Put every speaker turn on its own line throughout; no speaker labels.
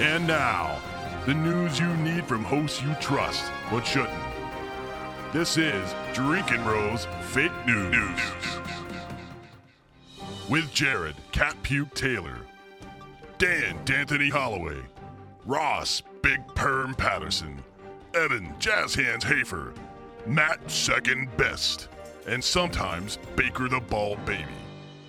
And now, the news you need from hosts you trust but shouldn't. This is Drinking Bros Fake News. With Jared Cat Puke Taylor, Dan D'Anthony Holloway, Ross Big Perm Patterson, Evan Jazz Hands Hafer, Matt Second Best, and sometimes Baker the Bald Baby.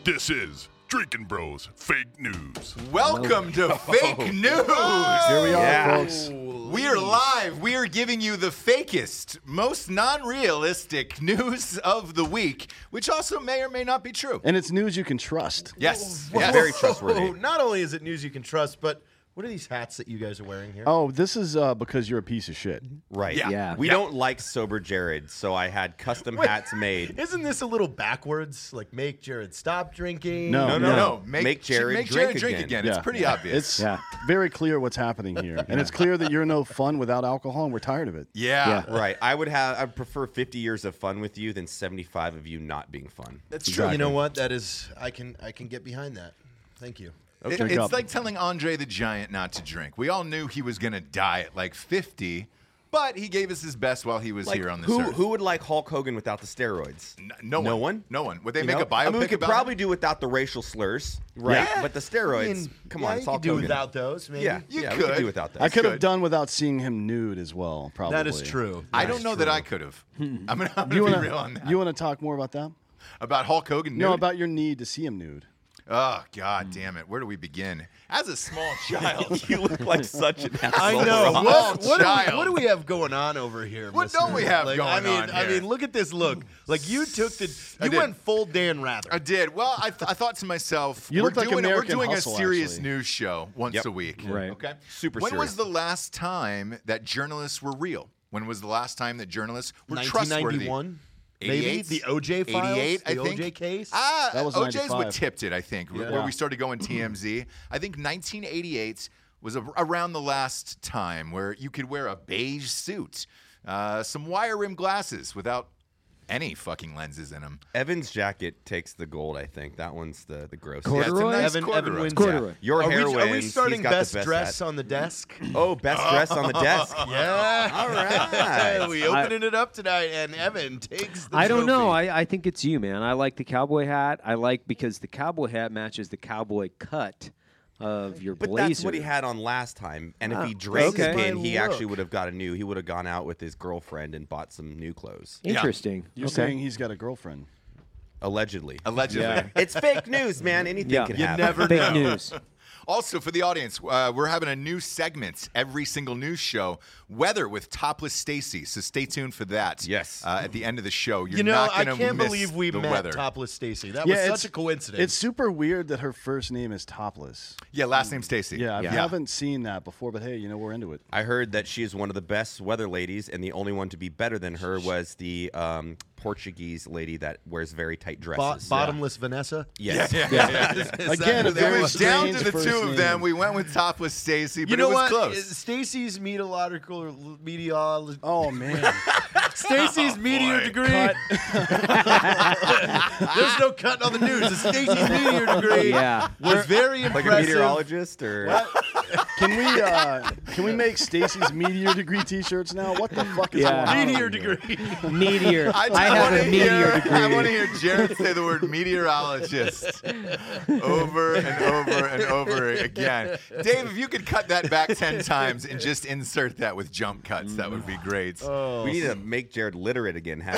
This is Drinking Bros Fake News.
Welcome to Fake News.
Here we are,
Yeah.
folks.
We are live. We are giving you the fakest, most non-realistic news of the week, which also may or may not be true.
And it's news you can trust.
Yes,
Whoa.
yes.
Very trustworthy.
Whoa, Not only is it news you can trust, but what are these hats that you guys are wearing here?
Oh, this is uh, because you're a piece of shit.
Right.
Yeah.
Yeah.
We don't like sober Jared, so I had custom hats made.
Isn't this a little backwards? Like make Jared stop drinking.
No,
No,
no,
no,
Yeah.
no. Make,
Make Jared
make
drink
Jared drink again.
again.
It's
Yeah.
pretty
Yeah.
obvious.
It's very clear what's happening here. And it's clear that you're no fun without alcohol, and we're tired of it.
yeah.
Right. I would have I prefer 50 years of fun with you than 75 of you not being fun.
That's true.
Exactly.
You know what? That is I can I can get behind that. Thank you.
It-
Drink
it's
up.
like telling Andre the Giant not to drink. We all knew he was going to die at like 50, but he gave us his best while he was
Like,
here on this
who
earth.
who would like Hulk Hogan without the steroids?
N- no,
No
one.
one?
No one. Would they
You
make
know?
a biopic
I mean, we could
about
probably
it?
do without the racial slurs, right?
Yeah.
But the steroids,
I mean,
come
yeah,
on,
you
it's Hulk
could do
Hogan.
without those, maybe.
yeah,
You
yeah, we could
could.
do without that.
I could have
good.
done without seeing him nude as well, probably.
That is true.
I don't know that I could have.
Hmm.
I'm going to be
You wanna,
real on that.
You want to talk more about that?
about Hulk Hogan?
No,
nude?
about Hmm. your need to see him nude.
Oh God, damn it! Where do we begin? As a small child,
you look like such an
I
asshole.
know.
Ross.
What, what, do
Child.
we, what do we have going on over here?
What
mister?
don't we have
Like,
going
I mean,
on
I
here?
mean, look at this look. Like you took the,
I
you
did.
went full Dan Rather.
I did. Well, I, th- I thought to myself,
You
we're
look like
doing we're
American
doing
Hustle,
a serious
actually.
news show once
Yep.
a week.
Right.
Okay.
Super
When
serious.
was the last time that journalists were real? When was the last time that journalists were trustworthy?
1991. Maybe
88?
the OJ files,
88, I
the
think.
OJ case.
Ah,
That was
OJ's what
95.
tipped it, I think, wh- where we started going TMZ. I think 1988 was a, around the last time where you could wear a beige suit, uh, some wire rim glasses without any fucking lenses in them.
Evan's jacket takes the gold, I think. That one's the the gross.
Yeah, it's a
Corduroy?
nice
Evan, Evan
corduroy.
wins.
Corduroy.
Your
are, we,
hair
are we
wins. He's
starting
got the
best,
best
dress
hat.
on the desk?
Oh, best dress on the desk.
yeah.
All right.
we opening it up tonight, and Evan takes the
I don't know.
trophy.
I, I think it's you, man. I like the cowboy hat. I like because the cowboy hat matches the cowboy cut of your
But
blazer.
that's what he had on last time. And if
Ah,
he drank
okay.
again, he
My
actually
look.
would have got a new. He would have gone out with his girlfriend and bought some new clothes.
Interesting.
You're
okay.
saying he's got a girlfriend.
Allegedly.
Allegedly.
it's fake news, man. Anything
yeah.
can happen.
Fake news.
Also, for the audience, uh, we're having a new segment every single news show, weather with topless Stacy. So stay tuned for that.
Yes.
uh, at the end of the show, you're
You know,
not
I
going to
can't
miss
believe we
the
met
weather.
topless Stacy. That
Yeah,
was
it's-
such a coincidence.
It's super weird that her first name is Topless.
yeah, last name Stacy.
Yeah, I haven't seen that before, but hey, you know, we're into it.
I heard that she is one of the best weather ladies, and the only one to be better than her was the um, Portuguese lady that wears very tight
Bo-
dresses.
bottomless Vanessa.
Yes.
Again,
who
a
that
very
It was
was?
down to
strange
the
first
two of them.
name.
We went with topless Stacy, but
You know
it was
what?
close.
Stacy's meteorological meteorology.
Oh man,
Oh,
Stacy's meteor degree. There's no cutting on the news. It's Stacy's meteor degree.
Yeah.
was very
Like
impressive.
a meteorologist or
can we uh, can we make Stacy's meteor degree T-shits now? What the fuck is
Yeah.
going on
Meteor
here?
degree.
meteor. I,
just
have
wanna
a meteor
hear,
degree.
I want to hear Jared say the word meteorologist over and over and over again. Dave, if you could cut that back 10 times and just insert that with jump cuts, that would be great.
Mm.
we need to make Jared literate again. Hat.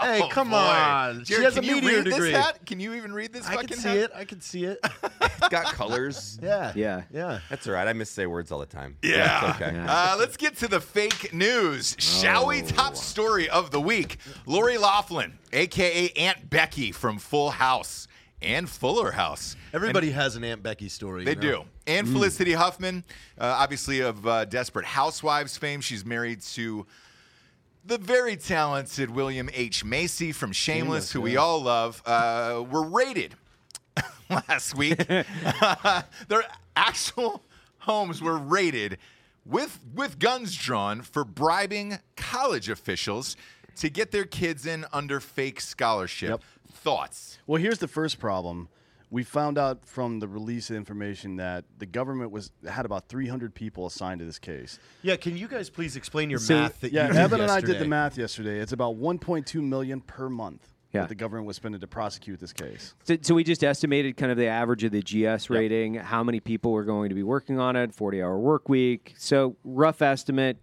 Hey,
Oh,
come
boy.
on.
Jared,
she has a
can you
meteor
read this
degree.
hat? Can you even read this
I
fucking
can see
hat?
it. I can see it.
It's got colors.
Yeah.
Yeah.
Yeah.
That's all right. I miss say words all the time.
Yeah.
It's okay.
Uh, let's get to the fake news, shall we? Top story of the week: Lori Laughlin, aka Aunt Becky from Full House and Fuller House.
Everybody has an Aunt Becky story.
They do. And
Mm.
Felicity Huffman, uh, obviously of uh, Desperate Housewives fame, she's married to the very talented William H. Macy from Shameless, who we all love, uh, were raided last week. Their actual homes were raided with with guns drawn for bribing college officials to get their kids in under fake scholarship. Thoughts?
Well, here's the first problem. We found out from the release information that the government was had about 300 people assigned to this case.
Yeah, can you guys please explain your
So-
math that
yeah,
you did
Evan and I did
yesterday?
the math yesterday. It's about 1.2 million per month
Yeah.
that the government was spending to prosecute this case.
So, so we just estimated kind of the average of the GS rating, how many people were going to be working on it, 40 hour work week. So rough estimate,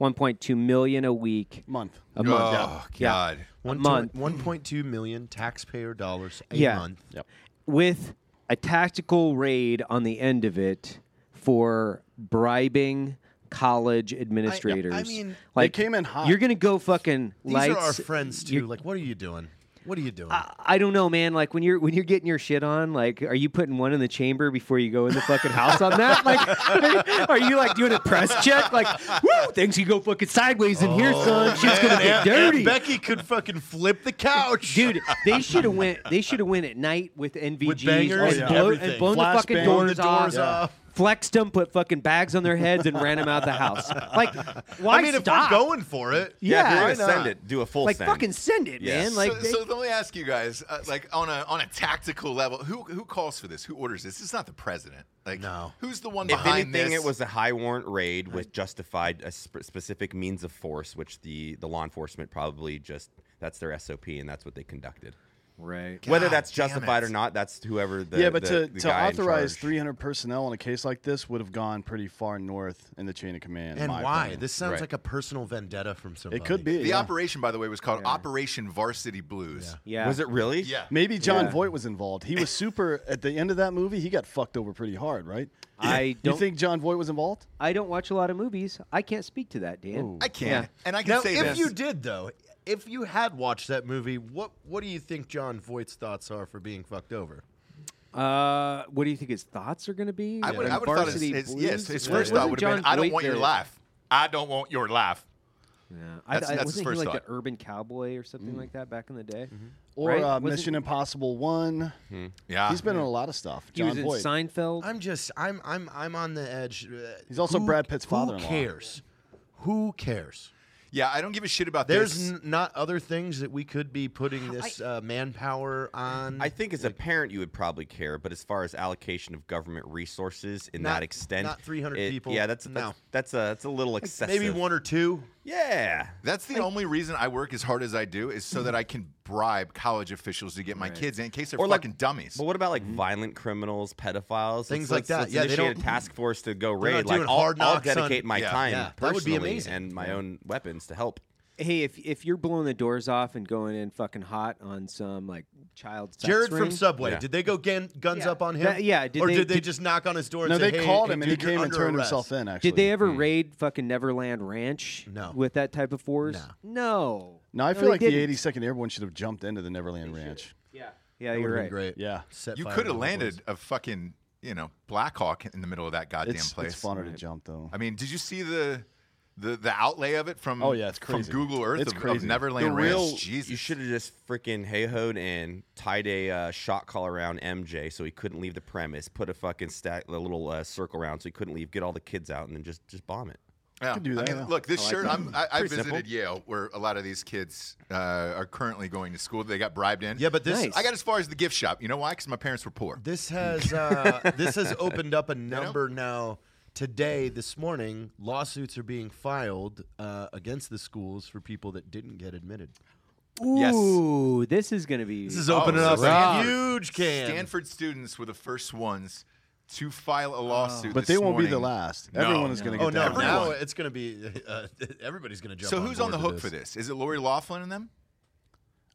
1.2 million a week.
Month.
A
Oh,
month. Yeah.
God.
A month.
1.2 million taxpayer dollars a
Yeah.
month.
Yep.
With a tactical raid on the end of it for bribing college administrators.
mean,
like
came in hot.
You're going to go fucking
These
lights.
are our friends too.
you're-
Like, what are you doing? What are you doing?
Uh,
I- I don't know, man. Like when you're when you're getting your shit on, like, are you putting one in the chamber before you go in the fucking house on that? Like, are you like doing a press check? Like, woo, things can go fucking sideways in here, son. Shit's gonna get dirty,
Becky could fucking flip the couch,
dude. They should have went. They should have went at night with NVGs
bangers
and,
and
blow,
everything.
and blown
Flash
the fucking
bang.
doors,
Blown the doors
off.
off.
Flexed them, put fucking bags on their heads, and ran them out the house. Like, why
I mean,
stop?
if we're going for it,
yeah,
yeah,
if you're gonna send it, do a full
like
send.
fucking send it,
Yeah.
man. Like,
so,
they-
so let me ask you guys, uh, like on a on a tactical level, who who calls for this? Who orders this? It's not the president. Like,
No.
who's the one
if
behind
anything,
this?
it was a high warrant raid with justified a sp- specific means of force, which the the law enforcement probably just that's their SOP and that's what they conducted.
right.
Whether
God
that's
damn
justified
it.
or not, that's whoever the
yeah, but
the-
to,
the
to
guy in
authorize
charge-
300 personnel on a case like this would have gone pretty far north in the chain of command. in
and
my
why?
opinion.
This sounds
Right.
like a personal vendetta from somebody.
It could be.
the
yeah.
operation, by the way, was called Operation Varsity Blues.
Yeah.
Was it really?
Yeah.
Maybe John
Yeah.
Voight was involved. He was super at the end of that movie. He got fucked over pretty hard, right?
I
You
don't-
think John Voight was involved?
I don't watch a lot of movies. I can't speak to that, Dan.
I can,
Yeah.
and I can
Now,
say
if
this.
you did though, if you had watched that movie, what what do you think John Voight's thoughts are for being fucked over?
Uh, what do you think his thoughts are going to be?
I would,
Like
I would have thought his,
Varsity
his,
Blues?
yes, his
Yeah.
first
Wasn't
thought would have
John
been, I don't
Voight
want your
the-
laugh. I don't want your laugh.
Yeah. Mm.
That's-
I, I,
that's his
wasn't
first
he like
thought.
the urban cowboy or something like that back in the day?
Or
Right?
uh,
Wasn't-
Mission Impossible One?
Hmm. Yeah.
He's been in a lot of stuff.
He
John
was in
Voight.
Seinfeld.
I'm just I'm I'm I'm on the edge. Uh,
He's also
who-
Brad Pitt's father-in-law.
Who cares? Who cares?
Yeah, I don't give a shit about
There's
this.
n- not other things that we could be putting this uh, manpower on.
I think as a parent you would probably care, but as far as allocation of government resources in
Not-
that extent,
not 300
it-
people,
Yeah, that's
no.
that's, that's a that's a little excessive.
maybe one or two.
Yeah,
That's the only reason I work as hard as I do is so that I can bribe college officials to get my kids in, in case they're
Or like-
fucking dummies.
But what about like violent criminals, pedophiles,
Things like
Let's- let's-
that.
Let's
Yeah, they
initiate
don't-
a task force to go
not
raid.
doing
Like I'll,
hard
I'll
knocks on-
dedicate my
Yeah,
time
yeah. That would be
personally
amazing.
and my own weapons to help.
hey, if if you're blowing the doors off and going in fucking hot on some like child sex
Jared
ring-
from Subway.
Yeah.
Did they go gan- guns
Yeah.
up on him?
That- yeah, did
or
they-
did they
did-
just knock on his door? And
No,
say,
they
"Hey,
called
hey,
him
dude,
and he
you're
came and
under
turned
arrest."
himself in. Actually,
Did they ever raid fucking Neverland Ranch?
No.
With that type of force? No. No.
No, I feel
they
like the
didn't.
82nd Airborne should have jumped into the Neverland Ranch.
Yeah. Yeah,
That
you're
would've been
right.
Great.
Yeah.
Set
you
fire
could
to
have
the
landed a
place.
fucking, you know, Black Hawk in the middle of that goddamn
It's,
place.
it's funner to jump though.
I mean, did you see the the the outlay of it from
Oh, yeah, it's crazy.
from Google Earth
It's
of, of
crazy.
Neverland
the
Ranch?
real
Jesus.
you should have just freaking hey-hoed and tied a uh, shot collar around MJ so he couldn't leave the premise. Put a fucking stack, a little uh, circle around so he couldn't leave. Get all the kids out and then just just bomb it.
yeah.
could do that,
I mean,
yeah.
look, this shirt. I'm, I, I
Pretty
visited
simple.
Yale, where a lot of these kids uh, are currently going to school. They got bribed in.
Yeah, but this
Nice.
I got as far as the gift shop. You know why? Because my parents were poor.
This has uh, this has opened up a number now. Today, this morning, lawsuits are being filed uh, against the schools for people that didn't get admitted.
Yes.
Ooh, this is going to be.
This is opening
so
up a
Stanford-
huge can.
Oh, Stanford students were the first ones to file a lawsuit.
Oh. But
this
they won't be the
morning.
last.
No.
Everyone is going to
Oh
get
no!
down.
Everyone.
Now it's going to be uh, everybody's going to jump.
So who's on the hook
board with
for this? Is it Lori Laughlin and them?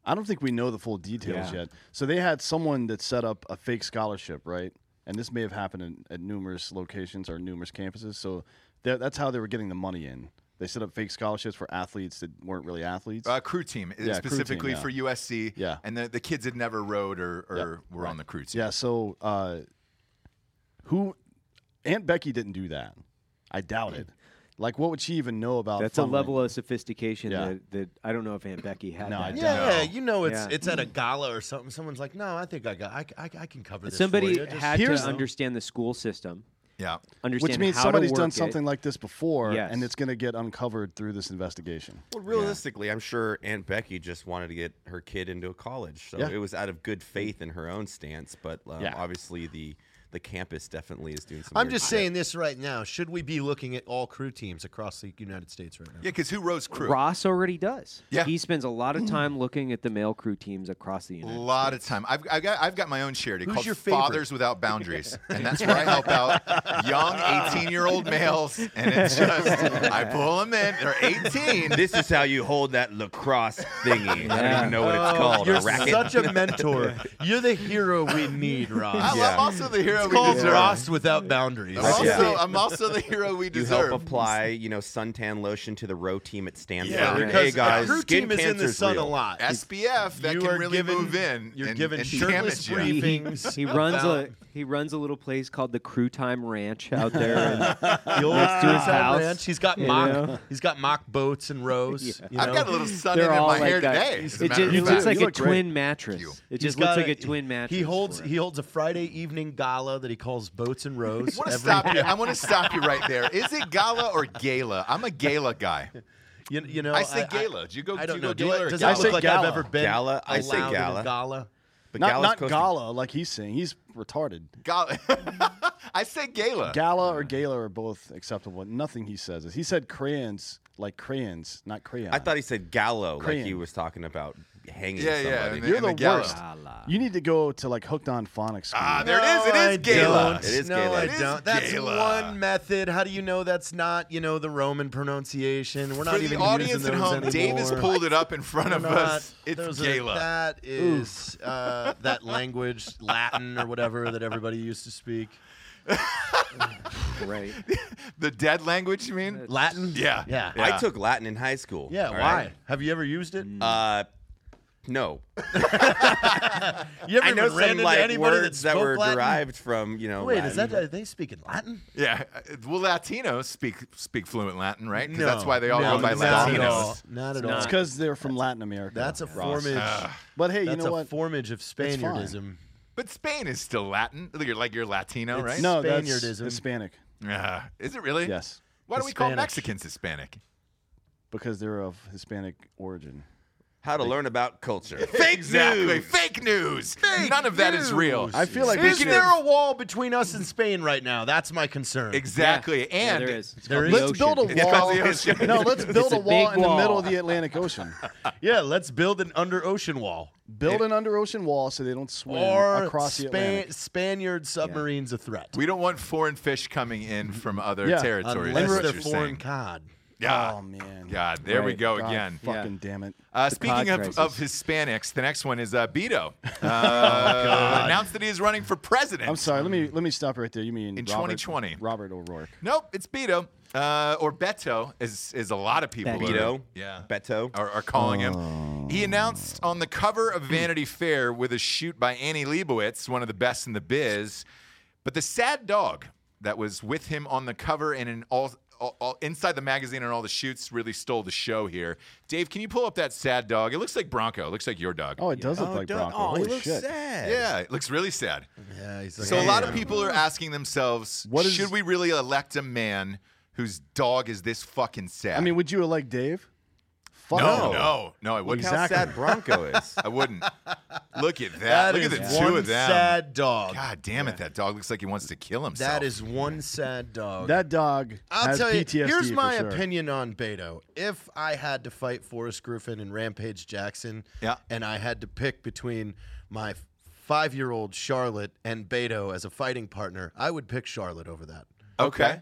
I don't think we know the full details
Yeah.
yet. So they had someone that set up a fake scholarship, right? And this may have happened in, at numerous locations or numerous campuses. So that- that's how they were getting the money in. They set up fake scholarships for athletes that weren't really athletes.
Uh, crew team,
Yeah, crew team,
specifically
yeah.
for USC.
Yeah.
And the, the kids had never rowed or, or were on the crew team.
yeah. So uh, who? Aunt Becky didn't do that. I doubt it. Like, what would she even know about?
That's a
funneling?
level of sophistication
Yeah.
that, that I don't know if Aunt Becky had.
No, I
that.
don't.
Yeah, you know it's
Yeah.
it's at a gala or something. Someone's like, "No, I think I got I, I, I can cover this." for
Somebody
you. Just-
had
Here's-
to understand the school system
Yeah.
understand
Which means
how to
somebody's
work
done
it.
something like this before,
Yes.
and it's going to get uncovered through this investigation.
Well, realistically, I'm sure Aunt Becky just wanted to get her kid into a college, so
Yeah.
it was out of good faith in her own stance. But um,
Yeah.
obviously, the the campus definitely is doing some.
I'm
weird
just
shit.
saying this right now. Should we be looking at all crew teams across the United States right now?
Yeah, because who rows crew?
Ross already does.
Yeah.
He spends a lot of time looking at the male crew teams across the
A
United
lot of time. I've, I've got I've got my own charity
Who's
called
your favorite?
Fathers Without Boundaries, and that's where I help out young 18 year old males, and it's just I pull them in. They're 18.
this is how you hold that lacrosse thingy. I don't
Yeah.
even know what it's called.
Oh, You're
a racket.
such a mentor. You're the hero we need,
I-
Ross.
I'm also the hero we
Called
deserve.
Ross without boundaries.
I'm, also, uh,
Yeah.
I'm also the hero we
you help
deserve.
apply, you know, suntan lotion to the row team at Stanford.
Yeah,
because
hey
the
guys,
crew
skin
team is in the
cancer's
sun
real.
a lot.
SPF that
You
can
are
really
given-
move in.
you're
and,
given
and
shirtless
damage you.
brief-
He- he-
briefings
He runs
about-
a he runs a little place called the Crew Time Ranch out there. And
The old
Next to his
Suicide
house,
Ranch. He's got
you
mock.
know?
He's got mock boats and rows. you
I've
know?
got a little sun in
they're all
my
like
hair
that.
today. as a
It, just,
matter
it
of
looks
fact.
like a
look great.
twin mattress.
you.
It
He's
just looks
got
like a twin mattress.
He holds
for
he holds a Friday evening gala that he calls Boats and
I
Rows.
want to
every-
stop you. I want to stop you right there. Is it gala or gala? I'm a gala guy.
You, you know,
I say gala. Do you go?
I don't
do you
know.
go
Do
gala
I,
or
does
gala?
I
that look
say
like
gala.
I've ever been?
Gala? I say
allowed in a
gala.
Gala.
But
not
Gala's
not
coasting.
gala, like he's saying. He's retarded.
Gala. I say gala.
Gala or gala are both acceptable. Nothing he says is. He said crayons like crayons, not crayon.
I thought he said gallo, like he
Crayon.
was talking about hanging
Yeah, yeah,
somebody.
and-
you're
and
the
the gala.
worst.
Gala.
You need to go to like hooked on phonics. School.
Ah, there it is. It
No,
is
I
gala.
don't.
It is
no,
gala.
I
It
is
don't. That's
gala.
one method. How do you know that's not, you know, the Roman pronunciation? We're not
For
even
the audience
using
at
those
home,
anymore.
Davis pulled it up in front
We're
of
not-
us. It's
those are-
gala.
that is uh, that language, Latin or whatever that everybody used to speak.
Right.
The dead language, you mean?
Latin.
Yeah.
Yeah.
Yeah.
I took Latin in high school.
Yeah.
all
Why?
right?
Have you ever used it?
Mm.
Uh, no,
You ever
I know
even ran
some
into
like
anybody
words
that
that
spoke
were
Latin?
derived from you know.
Wait, is that
Latin.
are they speaking Latin?
Yeah. Well, Latinos speak speak fluent Latin, right? 'Cause
No.
that's why they all
No,
go by
not at all.
Latinos.
Not at all.
not.
It's because they're from Latin America.
That's a
Ross.
formage.
Ah.
But hey, you
that's
know
a
what?
formage of
fine.
Spaniardism.
But Spain is still Latin. Like you're, like you're Latino,
It's-
right?
no, that's
Spaniardism.
Hispanic.
Uh, is it really?
Yes,
Why do we call
Hispanic.
Mexicans Hispanic?
because they're of Hispanic origin.
How to learn about culture?
Fake news. Fake news. None of that is real.
I feel like we
Is
should-
there a wall between us and Spain right now? That's my concern.
Exactly.
Yeah,
And
there is. It's
there
called
is-
the
Let's
ocean.
build a
It's called
wall.
the ocean.
No, let's build
a
a wall
big
in the middle
wall.
of the Atlantic Ocean.
Yeah, let's build an under ocean wall.
Build an under ocean wall so they don't swim
Or
across the
Span-
Atlantic.
Spaniard submarines a threat.
we don't want foreign fish coming in from other
Yeah.
territories.
Unless
is what
they're
you're
foreign
saying.
cod.
Yeah.
Oh man.
God, there we
Right.
go
God
again.
Fucking
Yeah.
damn it.
Uh, speaking
cod
of,
crisis.
of Hispanics, the next one is uh, Beto. Uh, announced that he is running for president.
I'm sorry. Let me let me stop right there. You mean
In
Robert-
2020.
Robert O'Rourke?
Nope, it's Beto. Uh, or Beto, as, as a lot of people
Beto.
Are,
Beto.
yeah.
Beto.
are, are calling him.
Oh.
He announced on the cover of Vanity Fair with a shoot by Annie Leibovitz, one of the best in the biz. But the sad dog that was with him on the cover and in all, all, all- inside the magazine and all the shoots really stole the show here. Dave, can you pull up that sad dog? It looks like Bronco. It looks like your dog.
Oh, it does look like
duh.
Bronco.
Oh, he
Holy
looks
shit.
sad.
yeah, it looks really sad.
Yeah, he's like,
So a lot of people are asking themselves,
What is-
should we really elect a man whose dog is this fucking sad?
I mean, would you elect Dave? Fuck
no, no, no, I
Look
wouldn't.
how
Exactly.
sad Bronco is.
I wouldn't. Look at that.
That
Look at
is
the
one
two of them.
sad dog.
God damn it, that dog looks like he wants to kill himself.
that is one sad dog.
That dog
I'll
has
tell you.
PTSD
here's
for
my
sure.
opinion on Beto. If I had to fight Forrest Griffin and Rampage Jackson,
Yeah.
and I had to pick between my five-year-old Charlotte and Beto as a fighting partner, I would pick Charlotte over that.
okay.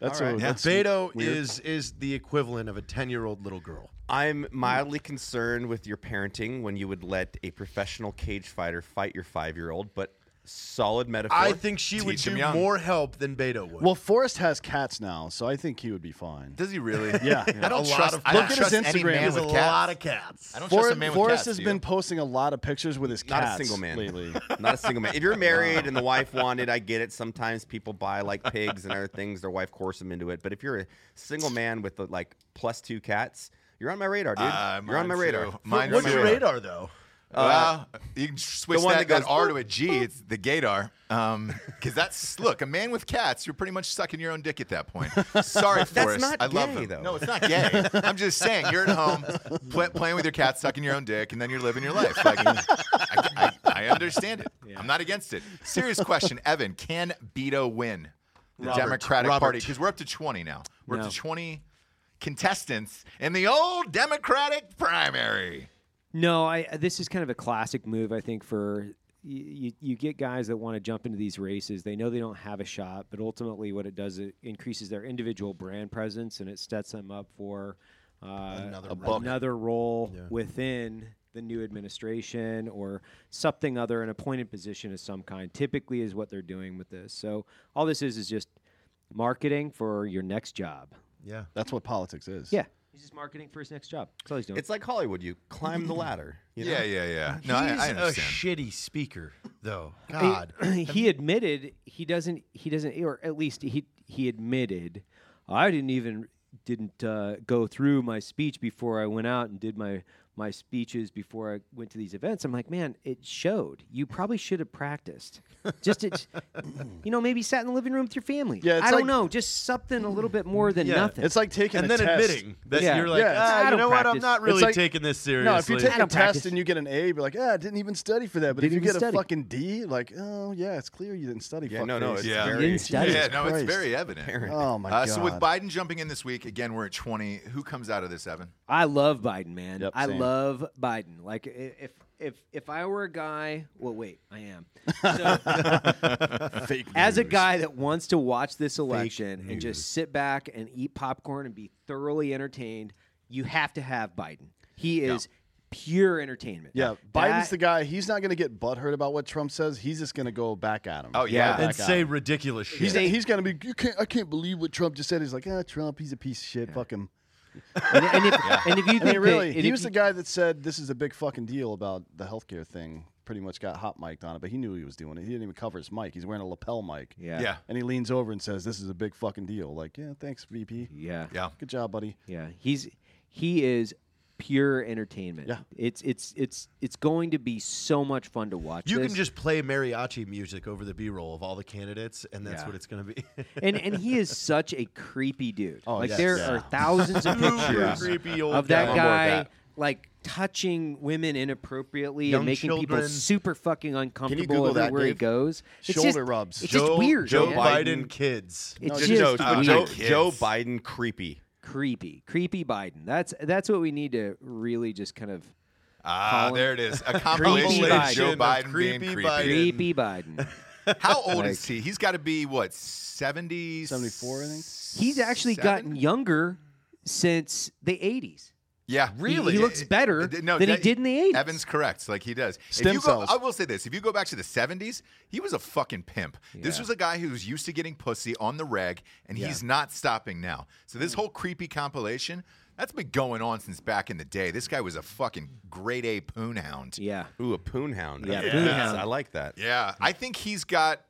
That's
All
a,
right.
Yeah.
that's
Beto
weird.
is is the equivalent of a ten-year-old little girl.
I'm mildly concerned with your parenting when you would let a professional cage fighter fight your five year old, but solid metaphor.
I think she would
Teach 'em
do
young.
more help than Beto would.
Well, Forrest has cats now, so I think he would be fine.
Does he really?
Yeah.
I don't
A lot
trust.
of-
I don't
Look at his
trust any
Instagram.
man
There's a
with
lot of
cats.
cats.
I don't trust
For,
a man with
Forrest
cats,
has
do you?
been posting a lot of pictures with his
Not a
cats
single man.
lately.
Not a single man. If you're married and the wife wanted, I get it. Sometimes people buy like pigs and other things. Their wife coerces them into it. But if you're a single man with like plus two cats, you're on my radar, dude.
Uh,
you're on
mine
my radar.
too. Mine
What's
too.
your radar though?
Well, you can switch
Uh, one
that,
that
that
goes
R to a G. It's the gaydar. Because that's look, a man with cats, you're pretty much sucking your own dick at that point. Sorry, Forrest.
not
I love
gay,
him.
though.
No, it's not gay. I'm just saying, you're at home pla playing with your cat, sucking your own dick, and then you're living your life. Like, I, I, I understand it. I'm not against it. Serious question, Evan. Can Beto win the
Robert,
Democratic
Robert.
Party? Because we're up to 20 now. We're
No.
up to 20 contestants in the old Democratic primary.
No, I. uh, This is kind of a classic move, I think, for you. You, you get guys that want to jump into these races. They know they don't have a shot, but ultimately, what it does, it increases their individual brand presence and it sets them up for uh,
Another
a-
role.
another role
Yeah.
within the new administration or something other, an appointed position of some kind. Typically, is what they're doing with this. So all this is is just marketing for your next job.
Yeah.
That's what politics is.
Yeah, he's just marketing for his next job. That's all he's doing.
It's like Hollywood. You climb the ladder. You know?
Yeah, yeah, yeah. No, I, I
Oh,
He's a
understand.
shitty speaker, though.
He-
God.
he admitted he doesn't he doesn't or at least he he admitted i didn't even didn't uh, go through my speech before i went out and did my my speeches before i went to these events i'm like man it showed you probably should have practiced just it you know maybe sat in the living room with your family
Yeah, it's
i don't
like-
know just something a little bit more than
Yeah,
nothing
It's like taking
and
a
then
test.
admitting that
Yeah.
you're like,
Yeah.
I
ah, you
don't
know what? I'm
practice.
not
It's
really
like-
taking this seriously.
No, if you take
I
a
don't
test
practice.
and you get an A, you're like, yeah, I didn't even study for that. But if you
Didn't
get
even study.
a fucking D, like, oh yeah, it's clear you didn't study.
Yeah, no, no,
fuckface.
it's
Yeah.
very
Didn't study.
yeah,
Jesus
no, it's
Christ.
very evident.
Oh my
Uh,
god.
so with Biden jumping in this week, again, we're at 20. Who comes out of this, Evan?
I love Biden, man.
Yep,
I
same.
love Biden. Like i- if if if I were a guy, well, wait, I am. So,
Fake
as a
news.
guy that wants to watch this election and just sit back and eat popcorn and be thoroughly entertained, you have to have Biden. He is pure entertainment.
Yeah, Biden's
That-
the guy. He's not going to get butthurt about what Trump says. He's just going to go back at him.
Oh, yeah.
Right back
and
at
say
him.
ridiculous shit.
he's, he's going to be. You can't. I can't believe what Trump just said. He's like, ah, Trump. He's a piece of shit. Fuck him.
and, and if, and if you think
I mean, really,
that, and
he
if
was the
you-
guy that said this is a big fucking deal about the healthcare thing. Pretty much got hot mic'd on it, but he knew he was doing it. He didn't even cover his mic. He's wearing a lapel mic.
yeah,
Yeah.
yeah,
And he leans over and says, "This is a big fucking deal." Like, yeah, thanks, VP.
yeah,
Yeah.
Good job, buddy.
He's he is pure entertainment.
Yeah.
it's it's it's it's going to be so much fun to watch.
you
this.
can just play mariachi music over the B-roll of all the candidates, and that's
Yeah.
what it's going to be.
and and he is such a creepy dude.
Oh,
like
yes.
there
Yeah.
are thousands of
Super
pictures
creepy old
of that
guy.
guy
that.
like touching women inappropriately
Young
and making people
children.
super fucking uncomfortable
Google that,
everywhere he
Dave?
goes. It's
Shoulder
just,
rubs.
It's
Joe,
just weird.
Joe
man.
Biden kids.
No,
It's just,
Joe,
uh,
weird.
Joe,
kids.
Joe Biden creepy.
creepy, creepy Biden. That's that's what we need to really just kind of
Ah,
Colin-
there it is. A compilation of
Biden.
Joe
Of
Biden
creepy
being creepy.
Biden.
creepy Biden.
How old is he? He's got to be, what, 70?
74, I think.
He's actually gotten younger since the '80s.
Yeah,
Really? he looks better than he did in the 80s.
Evan's correct. Like he does. If
Stem
you go-
cells.
I will say this: if you go back to the seventies, he was a fucking pimp. This
Yeah.
was a guy who was used to getting pussy on the reg, and he's not stopping now. So
Hmm.
this whole creepy compilation that's been going on since back in the day. This guy was a fucking grade A poon hound.
Yeah.
Ooh, a poon hound.
Yeah,
Yes,
poon hound.
I like that.
Yeah, I think he's got.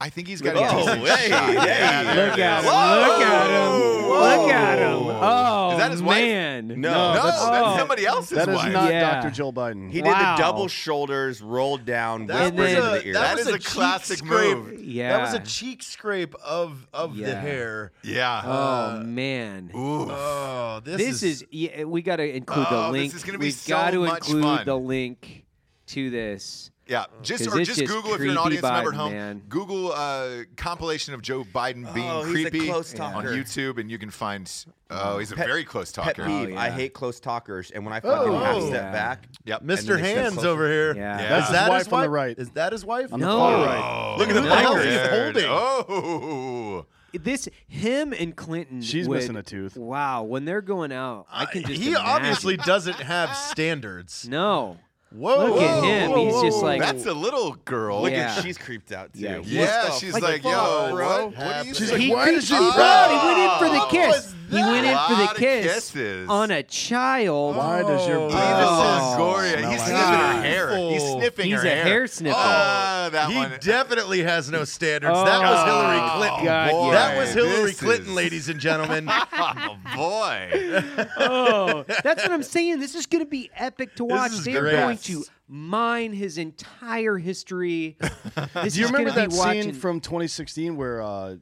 I think he's got.
Look
a
at
decent
him. Oh, hey,
shot.
hey,
Yeah, there
Look
it
at
is.
him! Look at him! Look at him!
Whoa.
Oh
Is that his wife?
man!
No,
No, that's,
that's-
Oh.
somebody else's
That is
wife.
not
Yeah.
Dr. Joe Biden.
He
Wow.
did the double shoulders, rolled down,
That
And
whispered
was
then-
into
a,
the ear.
that
That
was
is
a
a
cheek
classic
scrape.
move.
Yeah.
That was a cheek scrape of of the
Yeah.
hair.
yeah.
Oh man!
Ooh.
Oh, this,
This, is, yeah, we got to include the
Oh, this
link.
is gonna be
we
so
got to
much
include
fun.
the link to this.
Yeah, just
'Cause
or
it's
just
just
Google if you're an
creepy
audience member at
Biden,
home.
man.
Google uh, compilation of Joe Biden being
Oh, he's a
creepy
close
on
talker.
YouTube, and you can find. Oh, he's a very close
Pet
talker.
peeve.
Oh,
I
yeah.
hate close talkers, and when I fucking
Oh.
half step
Yeah.
back,
Yep.
And then
Mr.
they step
Hands
closer.
over here.
Yeah.
Yeah.
That's
His
that
wife
his
on the
wife?
right.
Is that his wife?
On the
No.
far right.
Oh,
Look at the
no.
power he's
There.
holding.
Oh,
This him and Clinton.
She's
would-
missing a tooth.
Wow! When they're going out, I can just.
he
imagine.
obviously doesn't have standards.
no.
Whoa.
Look at
whoa,
him.
whoa,
He's just
whoa.
like-
that's a little girl.
look
Yeah,
Yeah.
at she's creeped out too.
Yeah.
What the
she's
fuck?
like,
Fuck,
yo,
bro.
What, what do you
She's
think?
like,
he
why
creeped
did you-
out. Bro, he went in for the
What
kiss.
was
He went in for
Lot
the
of
kiss
kisses.
on a child.
Why does your
Leave
Leave
breath
it
Oh,
to Gloria.
smell
He's
like
sniffing her
God.
hair. He's sniffing
He's
her
a
hair.
hair sniffer.
Oh, that
he
one.
definitely has no standards. that was
Oh,
Hillary Clinton.
God,
Boy,
yeah.
that was Hillary
This
Clinton,
is-
ladies and gentlemen.
oh, boy.
Oh, that's what I'm saying. This is going to be epic to watch.
is
They're
great.
going to mine his entire history. This
Do you
is
remember
gonna
that
be watching...
scene from 2016 where uh,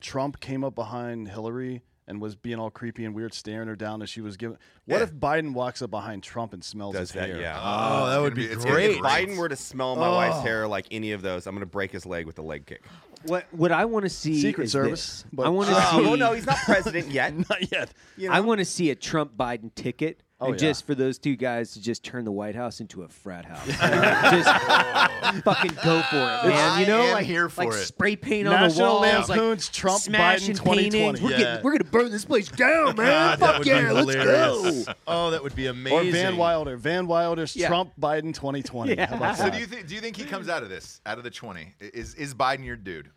Trump came up behind Hillary and was being all creepy and weird, staring her down as she was giving? What
Yeah.
if Biden walks up behind Trump and smells his
Does that?
hair?
Yeah.
Oh, that
it's gonna
would be
it's gonna
great.
if Biden were to smell my wife's hair like any of those, I'm gonna break his leg with a leg kick.
what what I want to see
Secret
is
Service,
this.
but-
I want to
Oh,
see.
well, no, he's not president yet.
Not yet.
I want to see a Trump Biden ticket.
Oh,
and
yeah.
just for those two guys to just turn the White House into a frat house. just fucking go for it, man. You know,
I am
like,
here for
like
it.
spray paint on the
National
walls,
Lampoon's
like
Trump
smash
Biden
and painting.
2020.
We're,
Yeah.
getting, we're gonna burn this place down,
God, that
man. Fuck
would
yeah,
be
let's go.
hilarious. Oh, that would be amazing.
Or Van Wilder. Van Wilder's
Yeah.
Trump Biden 2020. How about
So
that?
do you think do you think he comes out of this out of the twenty? I- Is is Biden your dude?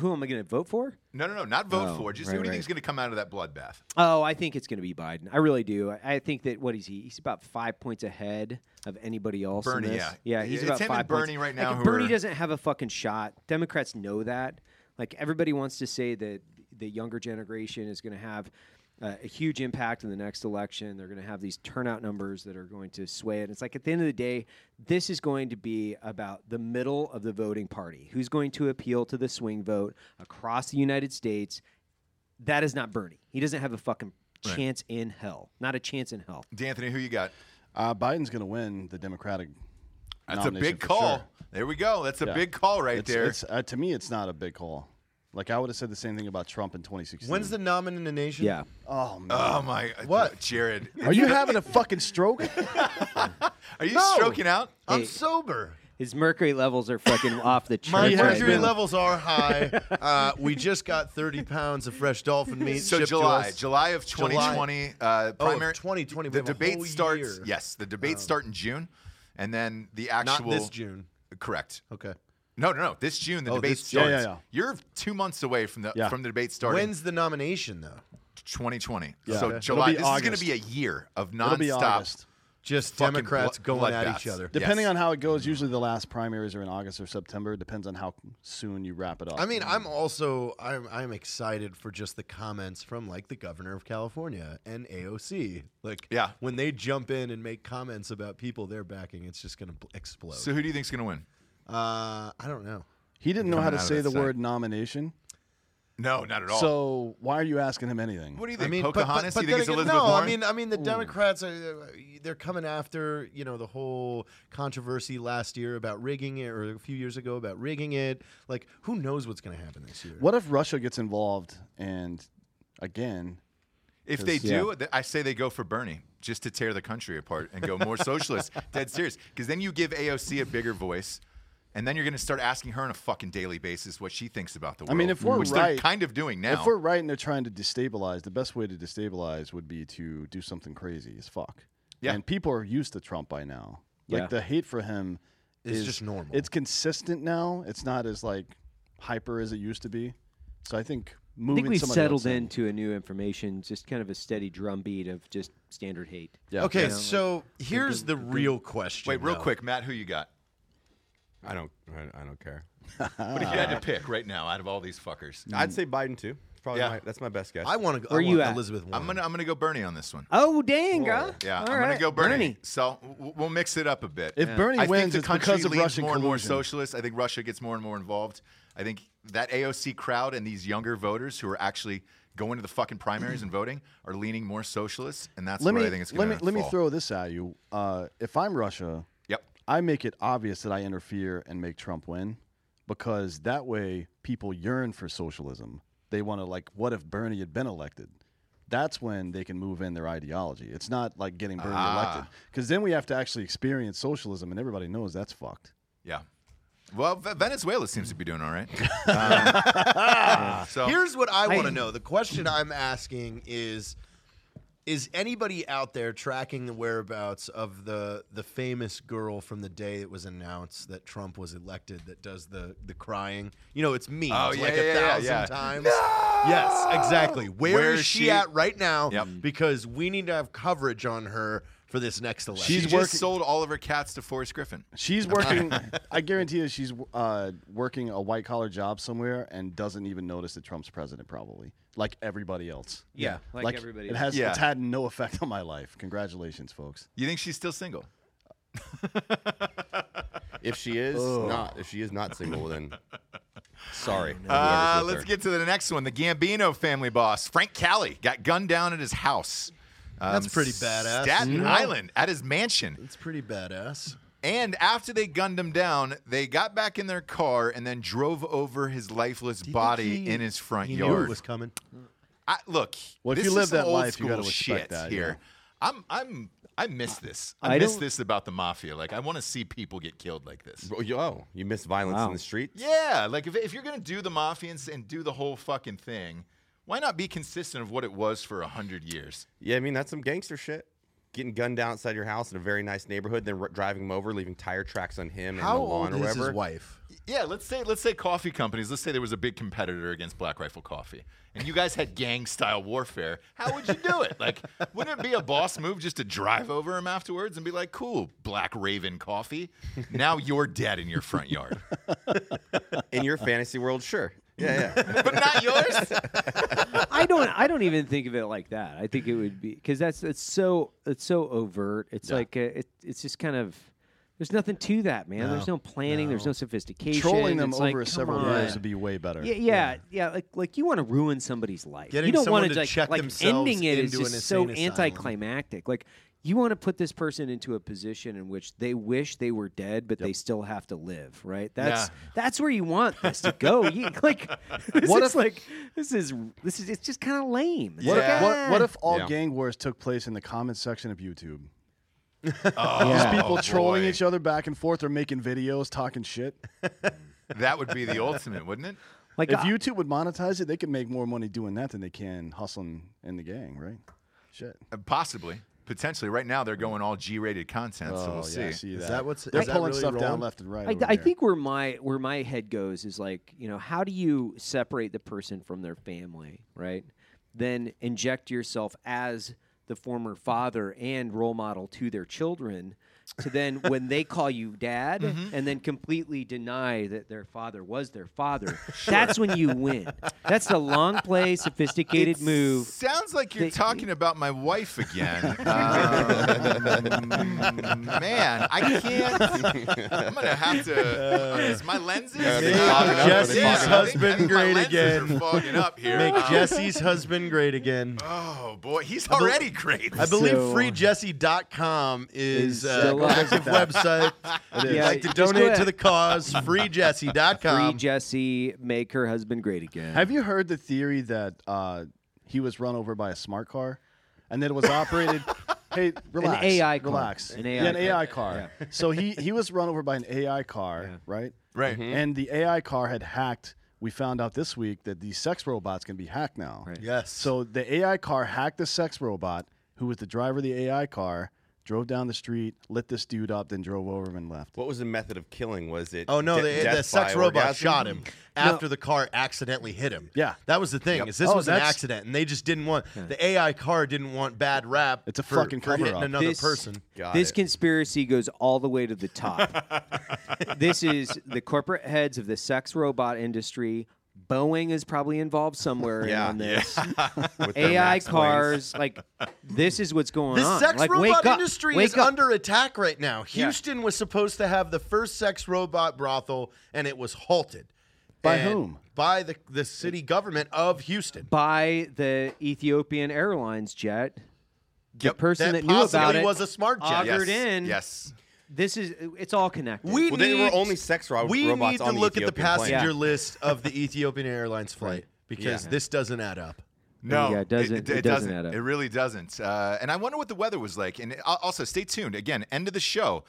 Who am I gonna vote for?
No, no, no, not vote
No,
for. Just
right,
who do you
right.
think is going to come out of that bloodbath?
Oh, I think it's going to be Biden. I really do. I, I think that what is he? He's about five points ahead of anybody else. in
Bernie,
this.
yeah.
yeah, he's
It's
about
him
five
and Bernie
points.
right
Like,
now
if
who
Bernie
are-
doesn't have a fucking shot. Democrats know that. Like everybody wants to say that the younger generation is going to have. Uh, a huge impact in the next election. They're going to have these turnout numbers that are going to sway it. It's like at the end of the day, this is going to be about the middle of the voting party. Who's going to appeal to the swing vote across the United States that is not Bernie. He doesn't have a fucking chance in hell. Not a chance in hell.
D'Anthony, who you got?
Uh, Biden's going to win the Democratic.
That's a
nomination
big
for
call.
sure.
There we go. That's a
Yeah.
big call right
It's-
there.
it's, uh, to me, it's not a big call. Like I would have said the same thing about Trump in 2016.
When's the nomination?
Yeah.
Oh man.
oh my!
What?
Jared?
Are you having a fucking stroke?
Are you stroking out?
I'm
Hey.
sober.
His mercury levels are fucking off the
My
charts.
has
right
mercury
been.
now.
levels are high. Uh, we just got 30 pounds of fresh dolphin meat.
So
shipped to
July,
us.
July of 2020, uh,
Oh, of
primary
2020, we
The
have a
debate
whole
starts.
year. Oh.
Yes, the debates start in June, and then the actual
Not this June.
Correct.
Okay.
No, no, no. This June the
Oh,
debate
this June.
starts.
Yeah, yeah, yeah.
You're two months away from the
Yeah.
from the debate starting.
When's the nomination though?
2020?
Yeah.
So
Okay.
July.
It'll
This
be
is going to
August.
be a year of
It'll be
nonstop.
August.
Just
Fucking
Democrats
blood-
going at
bloodbaths.
each other.
Yeah.
Depending
Yes.
on how it goes, usually the last primaries are in August or September. Depends on how soon you wrap it up.
I mean, I'm also I'm I'm excited for just the comments from like the governor of California and AOC. Like,
Yeah.
when they jump in and make comments about people they're backing, it's just gonna bl- explode.
So who do you think's going to win?
uh, I don't know.
he didn't know how
coming
to
out of
say
that
the
side.
word nomination.
No, not at all.
So why are you asking him anything?
what do you
I
think?
mean, but- but-
Pocahontas?
but
you think
then
it's
again-
Elizabeth
no,
Warren?
I mean, I mean, the Democrats are uh, they're coming after you know the whole controversy last year about rigging it, or a few years ago about rigging it. Like, who knows what's going to happen this year?
What if Russia gets involved and again?
If they
'Cause- yeah.
do, th- I say they go for Bernie just to tear the country apart and go more socialist. Dead serious. Because then you give AOC a bigger voice, and then you're going to start asking her on a fucking daily basis what she thinks about the world.
I mean, if we're
which
right,
they're kind of doing now.
If we're right and they're trying to destabilize, the best way to destabilize would be to do something crazy as fuck.
Yeah.
And people are used to Trump by now.
Yeah.
Like the hate for him
It's
is
just normal.
It's consistent now. It's not as like hyper as it used to be. So I think
I
moving
think we've
somebody
settled
else in-
into a new information, just kind of a steady drumbeat of just standard hate.
Yeah.
okay,
You know, like,
so here's the real question.
Wait, real
though.
quick, Matt, who you got?
I don't. I, I don't care.
What if
Ah.
you had to pick right now out of all these fuckers?
I'd say Biden too. It's Probably
Yeah.
my, that's my best guess.
I want to go.
Where
I
you
want
at?
Elizabeth Warren.
I'm gonna I'm gonna go Bernie on this one.
Oh dang, huh?
Yeah,
All
I'm gonna
right.
go Bernie. So w- we'll mix it up a bit.
If Bernie
I think
wins, it's
the country
because of
leans
Russian
more and more
collusion.
socialist. I think Russia gets more and more involved. I think that AOC crowd and these younger voters who are actually going to the fucking primaries and voting are leaning more socialist, and that's
Let
where
me
I think it's
let
going
me
to
let me throw this at you. Uh, if I'm Russia,
Yep.
I make it obvious that I interfere and make Trump win because that way people yearn for socialism. They want to like, what if Bernie had been elected? That's when they can move in their ideology. It's not like getting Bernie
Ah.
elected because then we have to actually experience socialism, and everybody knows that's fucked.
Yeah. Well, Ve- Venezuela seems to be doing all right. Um, so
Here's what I want to know. The question I'm asking is is anybody out there tracking the whereabouts of the the famous girl from the day it was announced that Trump was elected that does the the crying? You know, it's me
Oh, yeah,
like
yeah,
a
yeah,
thousand
yeah.
times. Yes, exactly.
Where
Where is,
is
she,
she?
at right now?
Yep.
Because we need to have coverage on her for this next election.
she
She's
just
working-
sold all of her cats to Forrest Griffin.
She's working. I guarantee you, she's uh, working a white collar job somewhere and doesn't even notice that Trump's president, probably like everybody else.
Yeah, like everybody
It
else.
has.
Yeah.
It's had no effect on my life. Congratulations, folks.
You think she's still single?
If she is not, if she is not single, then sorry.
Oh,
Uh,
whoever's with
let's
her.
get to the next one. The Gambino family boss, Frank Cali, got gunned down at his house. Um,
That's pretty badass.
Staten
You know?
Island, at his mansion.
It's pretty badass.
And after they gunned him down, they got back in their car and then drove over his lifeless body in his front
he Knew
yard.
it was coming.
I, look,
Well,
this
if you
is
live
some
that
old
life, you
school
gotta respect
shit
that,
here. I'm, I'm, I miss this. I,
I
miss
don't-
this about the mafia. Like, I want to see people get killed like this.
Oh, you- oh, you miss violence
Wow.
in the streets?
Yeah, like if, if you're gonna do the mafia and, s- and do the whole fucking thing, why not be consistent of what it was for a hundred years?
Yeah, I mean that's some gangster shit. Getting gunned down outside your house in a very nice neighborhood, then r- driving him over, leaving tire tracks on him
How
and the
old
lawn or
is
whatever.
his wife?
Yeah, let's say let's say coffee companies. Let's say there was a big competitor against Black Rifle Coffee, and you guys had gang style warfare. How would you do it? Like, wouldn't it be a boss move just to drive over him afterwards and be like, "Cool, Black Raven Coffee, now you're dead in your front yard,
In your fantasy world, sure. Yeah, yeah.
but not yours."
I don't. I don't even think of it like that. I think it would be because that's it's so it's so overt. It's like a, it, it's just kind of there's nothing to that, man. there's no planning. There's no sophistication.
Trolling them
It's like,
over
come
several
on.
years would be way better.
Yeah, yeah, yeah. Like, like you want to ruin somebody's life.
Getting
you don't
someone
want
to
like,
check
like
themselves
ending it is
into an
just so
insane asylum.
anticlimactic. Like, you want to put this person into a position in which they wish they were dead, but they still have to live. Right? That's
Yeah.
that's where you want this to go. You, like, this is like this is this is it's just kind of lame. It's
What,
like,
if,
ah.
what, what if all
Yeah.
gang wars took place in the comment section of YouTube?
Oh,
Just people
boy.
trolling each other back and forth or making videos talking shit.
That would be the ultimate, wouldn't it?
like
If
I-
YouTube would monetize it, they could make more money doing that than they can hustling in the gang, right? Shit.
Uh, Possibly, potentially. Right now, they're going all G-rated content, so we'll
Oh, yeah, I
see.
see
Is
that.
that what's-
They're
is that
pulling
really
stuff down
rolling?
left and right.
I,
over
I
there.
think where my where my head goes is like you know how do you separate the person from their family right then inject yourself as the former father and role model to their children to then when they call you dad and then completely deny that their father was their father that's when you win that's the long play sophisticated move
Sounds like you're
They-
talking about my wife again. Um, man, I can't. I'm gonna have to. is my lenses?
they're fogging up.
I think-
Jesse's
I think
husband
my
great
lenses are
again.
fogging up here.
Make
Um,
Jesse's husband great again.
Oh boy, he's already great.
I believe
So-
freejesse.com is,
Is
uh,
still
an
up.
active website. I'd
is.
like to
Just go
donate to
ahead.
the cause,
free
freejesse.com.
Jesse make her husband great again
Have you heard the theory that uh, he was run over by a smart car, and that it was operated? hey, relax.
AI car.
Relax.
An AI
yeah, an
car.
AI car. So he he was run over by an AI car, right?
Right.
Mm-hmm.
And the AI car had hacked. We found out this week that these sex robots can be hacked now.
Right.
yes.
So the AI car hacked the sex robot, who was the driver of the AI car, drove down the street, lit this dude up, then drove over him and left.
What was the method of killing? Was it?
Oh no!
de-
the,
death
the sex
by
robot
orgasm?
shot him after the car accidentally hit him.
Yeah.
that was the thing. Is this
Oh,
was an
that's-
accident, and they just didn't want the AI car didn't want bad rap.
It's a
for,
fucking
for hitting
cover-up.
another
This-
person.
Got
this
it.
conspiracy goes all the way to the top. this is the corporate heads of the sex robot industry. Boeing is probably involved somewhere in
Yeah.
on this.
With their
AI
Max planes.
cars, like this is what's going
This
on.
sex
like, wake
robot
up,
industry
wake
is
up.
under attack right now. Houston was supposed to have the first sex robot brothel, and it was halted.
By
And-
whom?
By the the city government of Houston.
by the Ethiopian Airlines jet. The
Yep,
person
that
that, knew about
possibly
it
was a smart jet.
augured
Yes,
in.
Yes.
This is it's all connected.
We
Well,
need,
they were only sex ro-
we
robots
need to
on the
look at the
Ethiopian plane.
passenger
Yeah.
list of the Ethiopian Airlines flight because
Yeah.
this doesn't add up.
No,
Yeah, it doesn't- it doesn't add up.
It really doesn't. Uh, and I wonder what the weather was like. And al- also, stay tuned. Again, end of the show.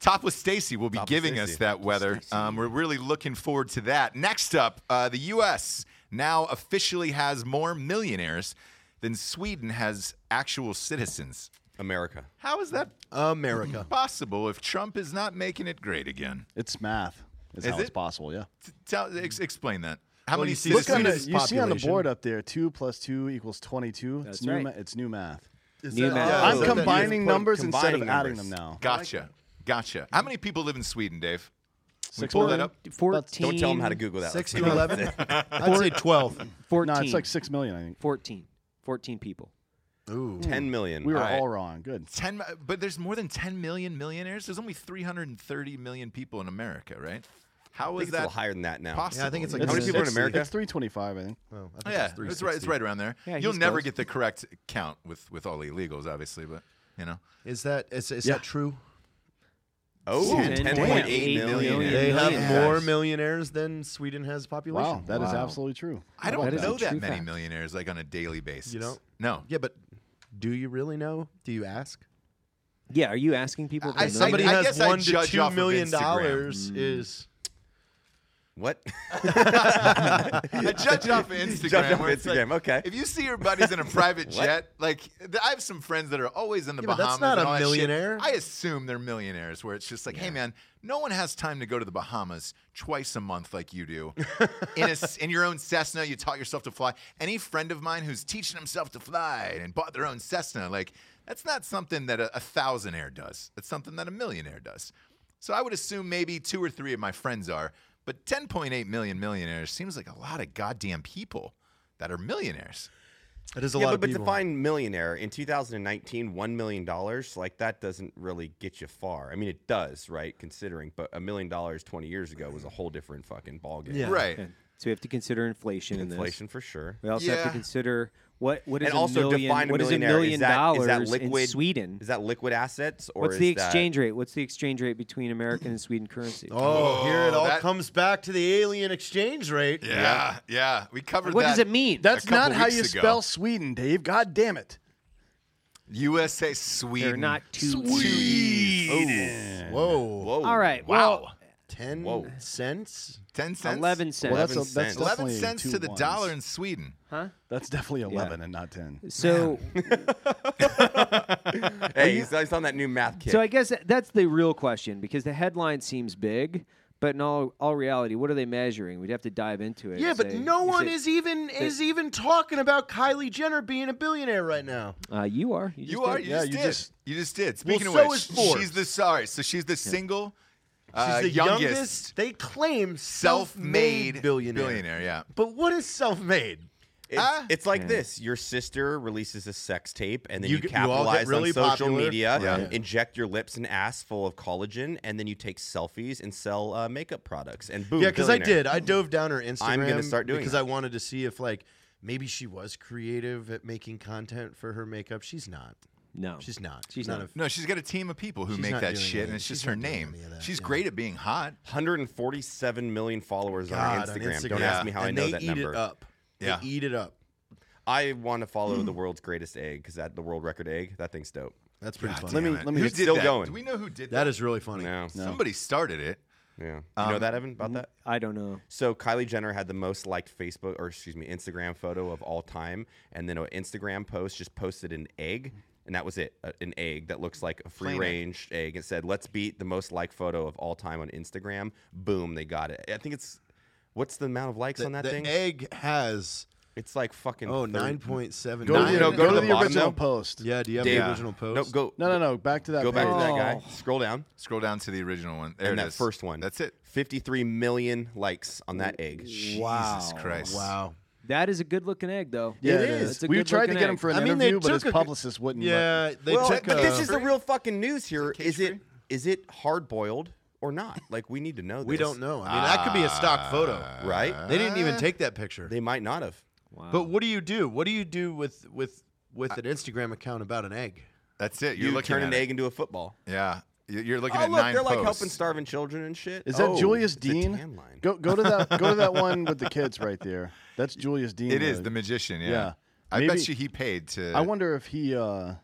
Topless Stacy will be
Topless
giving us
Stacey.
that weather. Um, we're really looking forward to that. Next up, uh, the U.S. now officially has more millionaires than Sweden has actual citizens.
America.
How is that
America.
possible if Trump is not making it great again?
It's math. Is,
Is
how
it?
it's possible. Yeah.
T- Tell, ex- explain that. How
Well,
many
you see
Look
Sweden
on the,
is
citizens?
you see on the
population.
board up there, two plus two equals twenty-two.
That's
it's new.
right.
Ma- it's new math.
New math.
yeah,
I'm
so that
combining
is-
numbers instead
combining
of adding them
numbers.
now.
Gotcha. Gotcha. How many people live in Sweden, Dave?
Six
pull
million?
that up?
Fourteen.
Don't tell them how to Google that.
Six to
Let's see.
eleven. I'd say twelve.
Fourteen.
No, it's like six million. I think.
14. 14 people.
Ooh.
10 million.
We were
Alright.
all wrong. Good.
10 mi- but there's more than 10 million millionaires there's only 330 million people in america right how is
I think it's a
that
little higher than that now.
possible
Yeah, I think it's like
How many
It's-
people are in
it's-
America?
It's 325, I think.
Well, I think
yeah
it's
it's right it's
360.
right around there
Yeah,
you'll
he's
never
close.
get the correct count with with all the illegals obviously but you know
Is that is, is
Yeah.
that true?
Oh, 10.8 million.
million.
They have
Millionaires.
more millionaires than Sweden has population.
Wow, that is absolutely true.
i
about
don't
that?
know
That's a
that
true
many
fact.
millionaires like on a daily basis
You don't?
no
Yeah, but do you really know? Do you ask?
Yeah, are you asking people? if they
I-
know
somebody
that?
I guess I judge off of Instagram.
dollars is
What?
I judge it off of Instagram.
Judge off
where it's like,
Instagram, okay.
If you see your buddies in a private jet, like th- I have some friends that are always in the
Yeah, but
Bahamas.
that's not
and
a
all that
millionaire.
Shit. I assume they're millionaires. Where it's just like, hey man, no one has time to go to the Bahamas twice a month like you do. in a s in your own Cessna, you taught yourself to fly. Any friend of mine who's teaching himself to fly and bought their own Cessna, like that's not something that a, a thousandaire does. That's something that a millionaire does. So I would assume maybe two or three of my friends are, but 10.8 million millionaires seems like a lot of goddamn people that are millionaires.
that is a
yeah,
lot
but,
of
but
people.
define millionaire in 2019, $1 million, like that doesn't really get you far. I mean, it does, right? Considering, but a million dollars 20 years ago was a whole different fucking ballgame.
Yeah.
Right.
Okay. So we have to consider inflation in this.
Inflation for sure.
We also have
Yeah.
to consider what what is
and
a
also
million,
define a
what is a
millionaire.
million
that,
dollars
is that liquid,
in Sweden?
Is that liquid assets or
What's
is
the
that-
exchange rate? What's the exchange rate between American and Sweden currency?
Oh, here it all
that-
comes back to the alien exchange rate.
Yeah, yeah. We covered
what
that.
does it mean?
That's
couple
not how
weeks
you
ago.
spell Sweden, Dave. God damn it.
USA Sweden.
They're not two.
Sweden.
Whoa.
Whoa.
All right.
Wow.
Well,
Ten
Whoa.
cents?
10 cents?
11 cents.
Well, that's, a, that's
11 cents.
11
definitely
cents
two
to the
ones.
dollar in Sweden.
huh?
That's definitely 11 and not 10.
So
Hey, he's, he's on that new math kit.
So I guess that's the real question because the headline seems big, but in all all reality, what are they measuring? We'd have to dive into it.
Yeah,
and
but
say-
no
and
one
say,
is e even is even talking about Kylie Jenner being a billionaire right now.
Uh, you are. You,
You
just
are.
did.
You
Yeah,
just
you
did.
just-
you just did. Speaking
so
of which,
is Forbes.
she's the sorry. So she's the single,
She's
uh,
the
youngest,
They
self-made
claim self-made billionaire.
Billionaire. Yeah.
But what is self-made?
It's,
Ah.
it's like
Yeah.
this: your sister releases a sex tape, and then
You
you,
get- you all get
capitalize
really
on social
popular.
media,
Yeah.
and inject your lips and ass full of collagen, and then you take selfies and sell uh, makeup products. And boom,
Yeah, because I
billionaire.
did. I dove down her Instagram.
I'm gonna start doing
because
that.
I wanted to see if like maybe she was creative at making content for her makeup. She's not.
No.
She's not.
She's
None
not.
of-
No, she's got a team of people who
She's
make
not
that
doing
shit,
any-
and it's
she's
just her
not doing
name.
any of that,
She's
yeah.
great at being hot.
147 million followers
God,
on,
on
Instagram. Don't ask me how
and
I know
they
that
eat
number.
It up.
Yeah.
They eat it up.
I want to follow the world's greatest egg because that the world record egg that thing's dope.
That's pretty funny.
Let me-
Damn it.
let me-
Who
It's
did
still
that?
going.
Do we know who did that?
That is really funny.
Yeah,
Somebody started it.
yeah. you
Um,
know that Evan about that?
I don't know.
So Kylie Jenner had the most liked Facebook or excuse me Instagram photo of all time, and then an Instagram post just posted an egg, and that was it, a- an egg that looks like a free range egg. It said, "Let's beat the most liked photo of all time on Instagram." Boom, they got it. I think it's what's the amount of likes
The,
on that
the
thing?
egg has
It's like fucking
oh
thirty-
9.7
Go, to
million.
the-
no,
go
go
to
to
the,
the bottom
original
now.
post.
Yeah, do you have
Dave.
the original post?
No, go
No, no, no. Back to that
go back to
page.
that
Oh.
guy. Scroll down.
Scroll down to the original one. There
and
it
that
is.
first one.
That's it.
Fifty-three million likes on that egg.
Wow.
Jesus Christ.
Wow.
That is a good looking egg, though.
Yeah,
It is.
It's a
We
good
tried to
looking
get him
egg.
for an
I mean, they
interview, but
took
his
a-
publicist wouldn't. let-
Yeah, they
well,
took
but
a,
uh,
this is the real fucking news here.
cage
Is it
free?
is it hard boiled or not? Like we need to know. This.
We don't know. I mean, that could be a stock photo.
right?
Uh-huh.
They didn't even take that picture.
They might not have.
Wow.
But what do you do? What do you do with with with an Instagram account about an egg?
That's it. You're
You
looking
turn
at
an
it.
egg into a football.
Yeah. You- You're looking
oh
at
look,
nine
they're like
posts.
helping starving children and shit.
Is that
Oh,
Julius
it's a
Dean?
tan line.
Go go to that go to that one with the kids right there. That's Julius Dean.
It is
uh,
the magician. Yeah.
Yeah.
I
Maybe-
bet you he paid to.
I wonder if he uh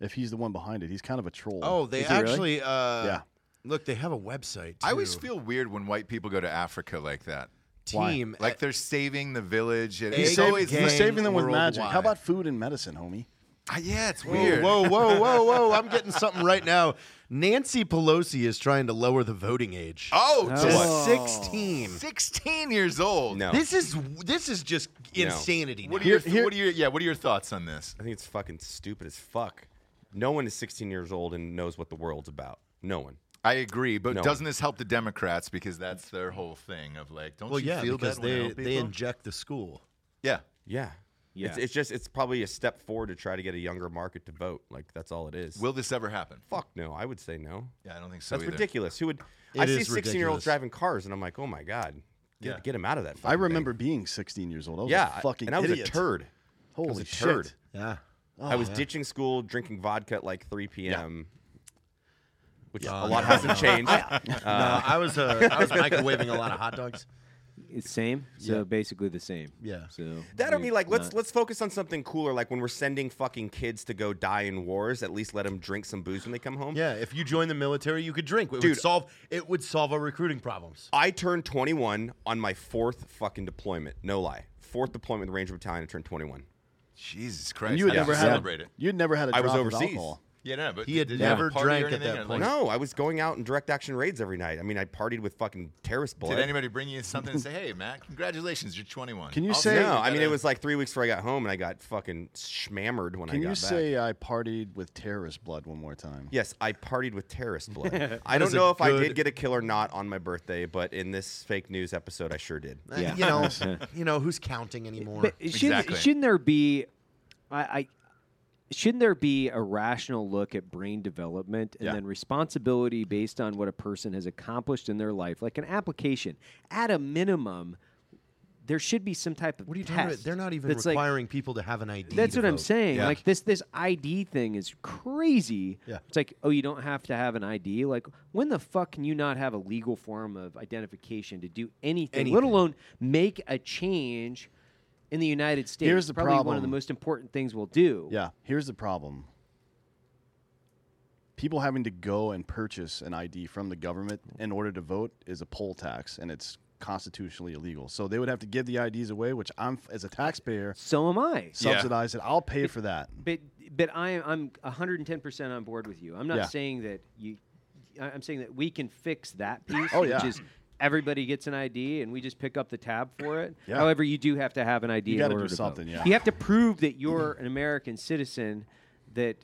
if he's the one behind it. He's kind of a troll.
Oh, they
Is it really?
actually uh
Yeah.
look, they have a website.
I always
too.
feel weird when white people go to Africa like that.
Why?
team
Like they're saving the village. And
He's
it's
saving-
always
he's
like-
He's saving them with
worldwide.
magic. How about food and medicine, homie?
Ah, yeah, it's
Whoa,
weird.
whoa, whoa, whoa, whoa. I'm getting something right now. Nancy Pelosi is trying to lower the voting age
Oh,
to
to
Oh. what?
16.
16 years old.
No,
This is this is just
No.
insanity.
What are
now.
your
Here- here-
What are your Yeah. What are your thoughts on this?
I think it's fucking stupid as fuck. No one is 16 years old and knows what the world's about. No one.
I agree, but
No.
doesn't this help the Democrats because that's their whole thing of like, don't
well,
you
yeah,
feel
because
that way?
they they inject the school.
yeah.
Yeah. It's, it's just it's probably a step forward to try to get a younger market to vote. Like that's all it is.
Will this ever happen?
fuck no, I would say no.
Yeah, I don't think so
That's
either.
ridiculous. Who would?
It
I see
is
sixteen-year-olds
ridiculous.
driving cars, and I'm like, oh my god, get,
Yeah.
get him out of that.
I
fucking thing.
remember being 16 years old. I was
yeah,
a fucking
and I was
idiot.
a turd.
Holy
was a
shit.
turd.
Yeah.
I was ditching school, drinking vodka at like 3 p.m. Which a lot
Uh, no,
hasn't
no.
changed.
no, I was uh, I was microwaving a lot of hot dogs.
It's same. So
Yeah.
basically the same.
Yeah.
So
That or
you're
be like, let's
not-
let's focus on something cooler. Like when we're sending fucking kids to go die in wars, at least let them drink some booze when they come home.
Yeah, if you join the military, you could drink. It
Dude.
would solve it would solve our recruiting problems.
I turned 21 on my fourth fucking deployment. No lie, fourth deployment with the Ranger Battalion. I turned 21.
Jesus Christ.
And you
how
had
do
never had
celebrate it.
You'd never had a
I
drop
was
of
overseas.
alcohol.
Yeah, no, but
He had
did you have
never
a party or
drank at
anything?
that
Or,
point.
Like,
No, I was going out in direct action raids every night. I mean, I partied with fucking terrorist blood.
Did anybody bring you something and say, "Hey, Matt, congratulations, you're 21"?
Can you
Also,
say-
no, I mean it
gotta-
was like three weeks before I got home, and I got fucking shmammered when I
Can
got
you
back.
say I partied with terrorist blood one more time?
Yes, I partied with terrorist blood. I don't
is a
know if I
good-
did get a kill or not on my birthday, but in this fake news episode, I sure did.
Uh, You know, you know who's counting anymore?
But shouldn't
Exactly.
shouldn't there be, I, I shouldn't there be a rational look at brain development and
Yeah.
then responsibility based on what a person has accomplished in their life, like an application. At a minimum, there should be some type of
what are you
test.
talking about? They're not even
that's like-
requiring people to have an ID.
that's
to
what I'm
vote.
saying.
Yeah.
Like this this ID thing is crazy.
Yeah.
It's like, oh, you don't have to have an ID. Like, when the fuck can you not have a legal form of identification to do anything, let
Anything.
alone make a change in the United States?
Here's the
Probably one of the
problem.
most important things we'll do.
Yeah. Here's the problem. People having to go and purchase an ID from the government in order to vote is a poll tax, and it's constitutionally illegal. So they would have to give the IDs away, which I'm as a taxpayer
So am I.
Yeah.
subsidize it. I'll pay for that.
But but I am I'm 110 percent on board with you. I'm not
Yeah.
saying that you. I- I'm saying that we can fix that piece,
Oh,
which
yeah.
is everybody gets an ID and we just pick up the tab for it.
Yeah.
However, you do have to have an ID.
You
in
gotta
order
do
to
something,
vote.
yeah.
You have to prove that you're an American citizen that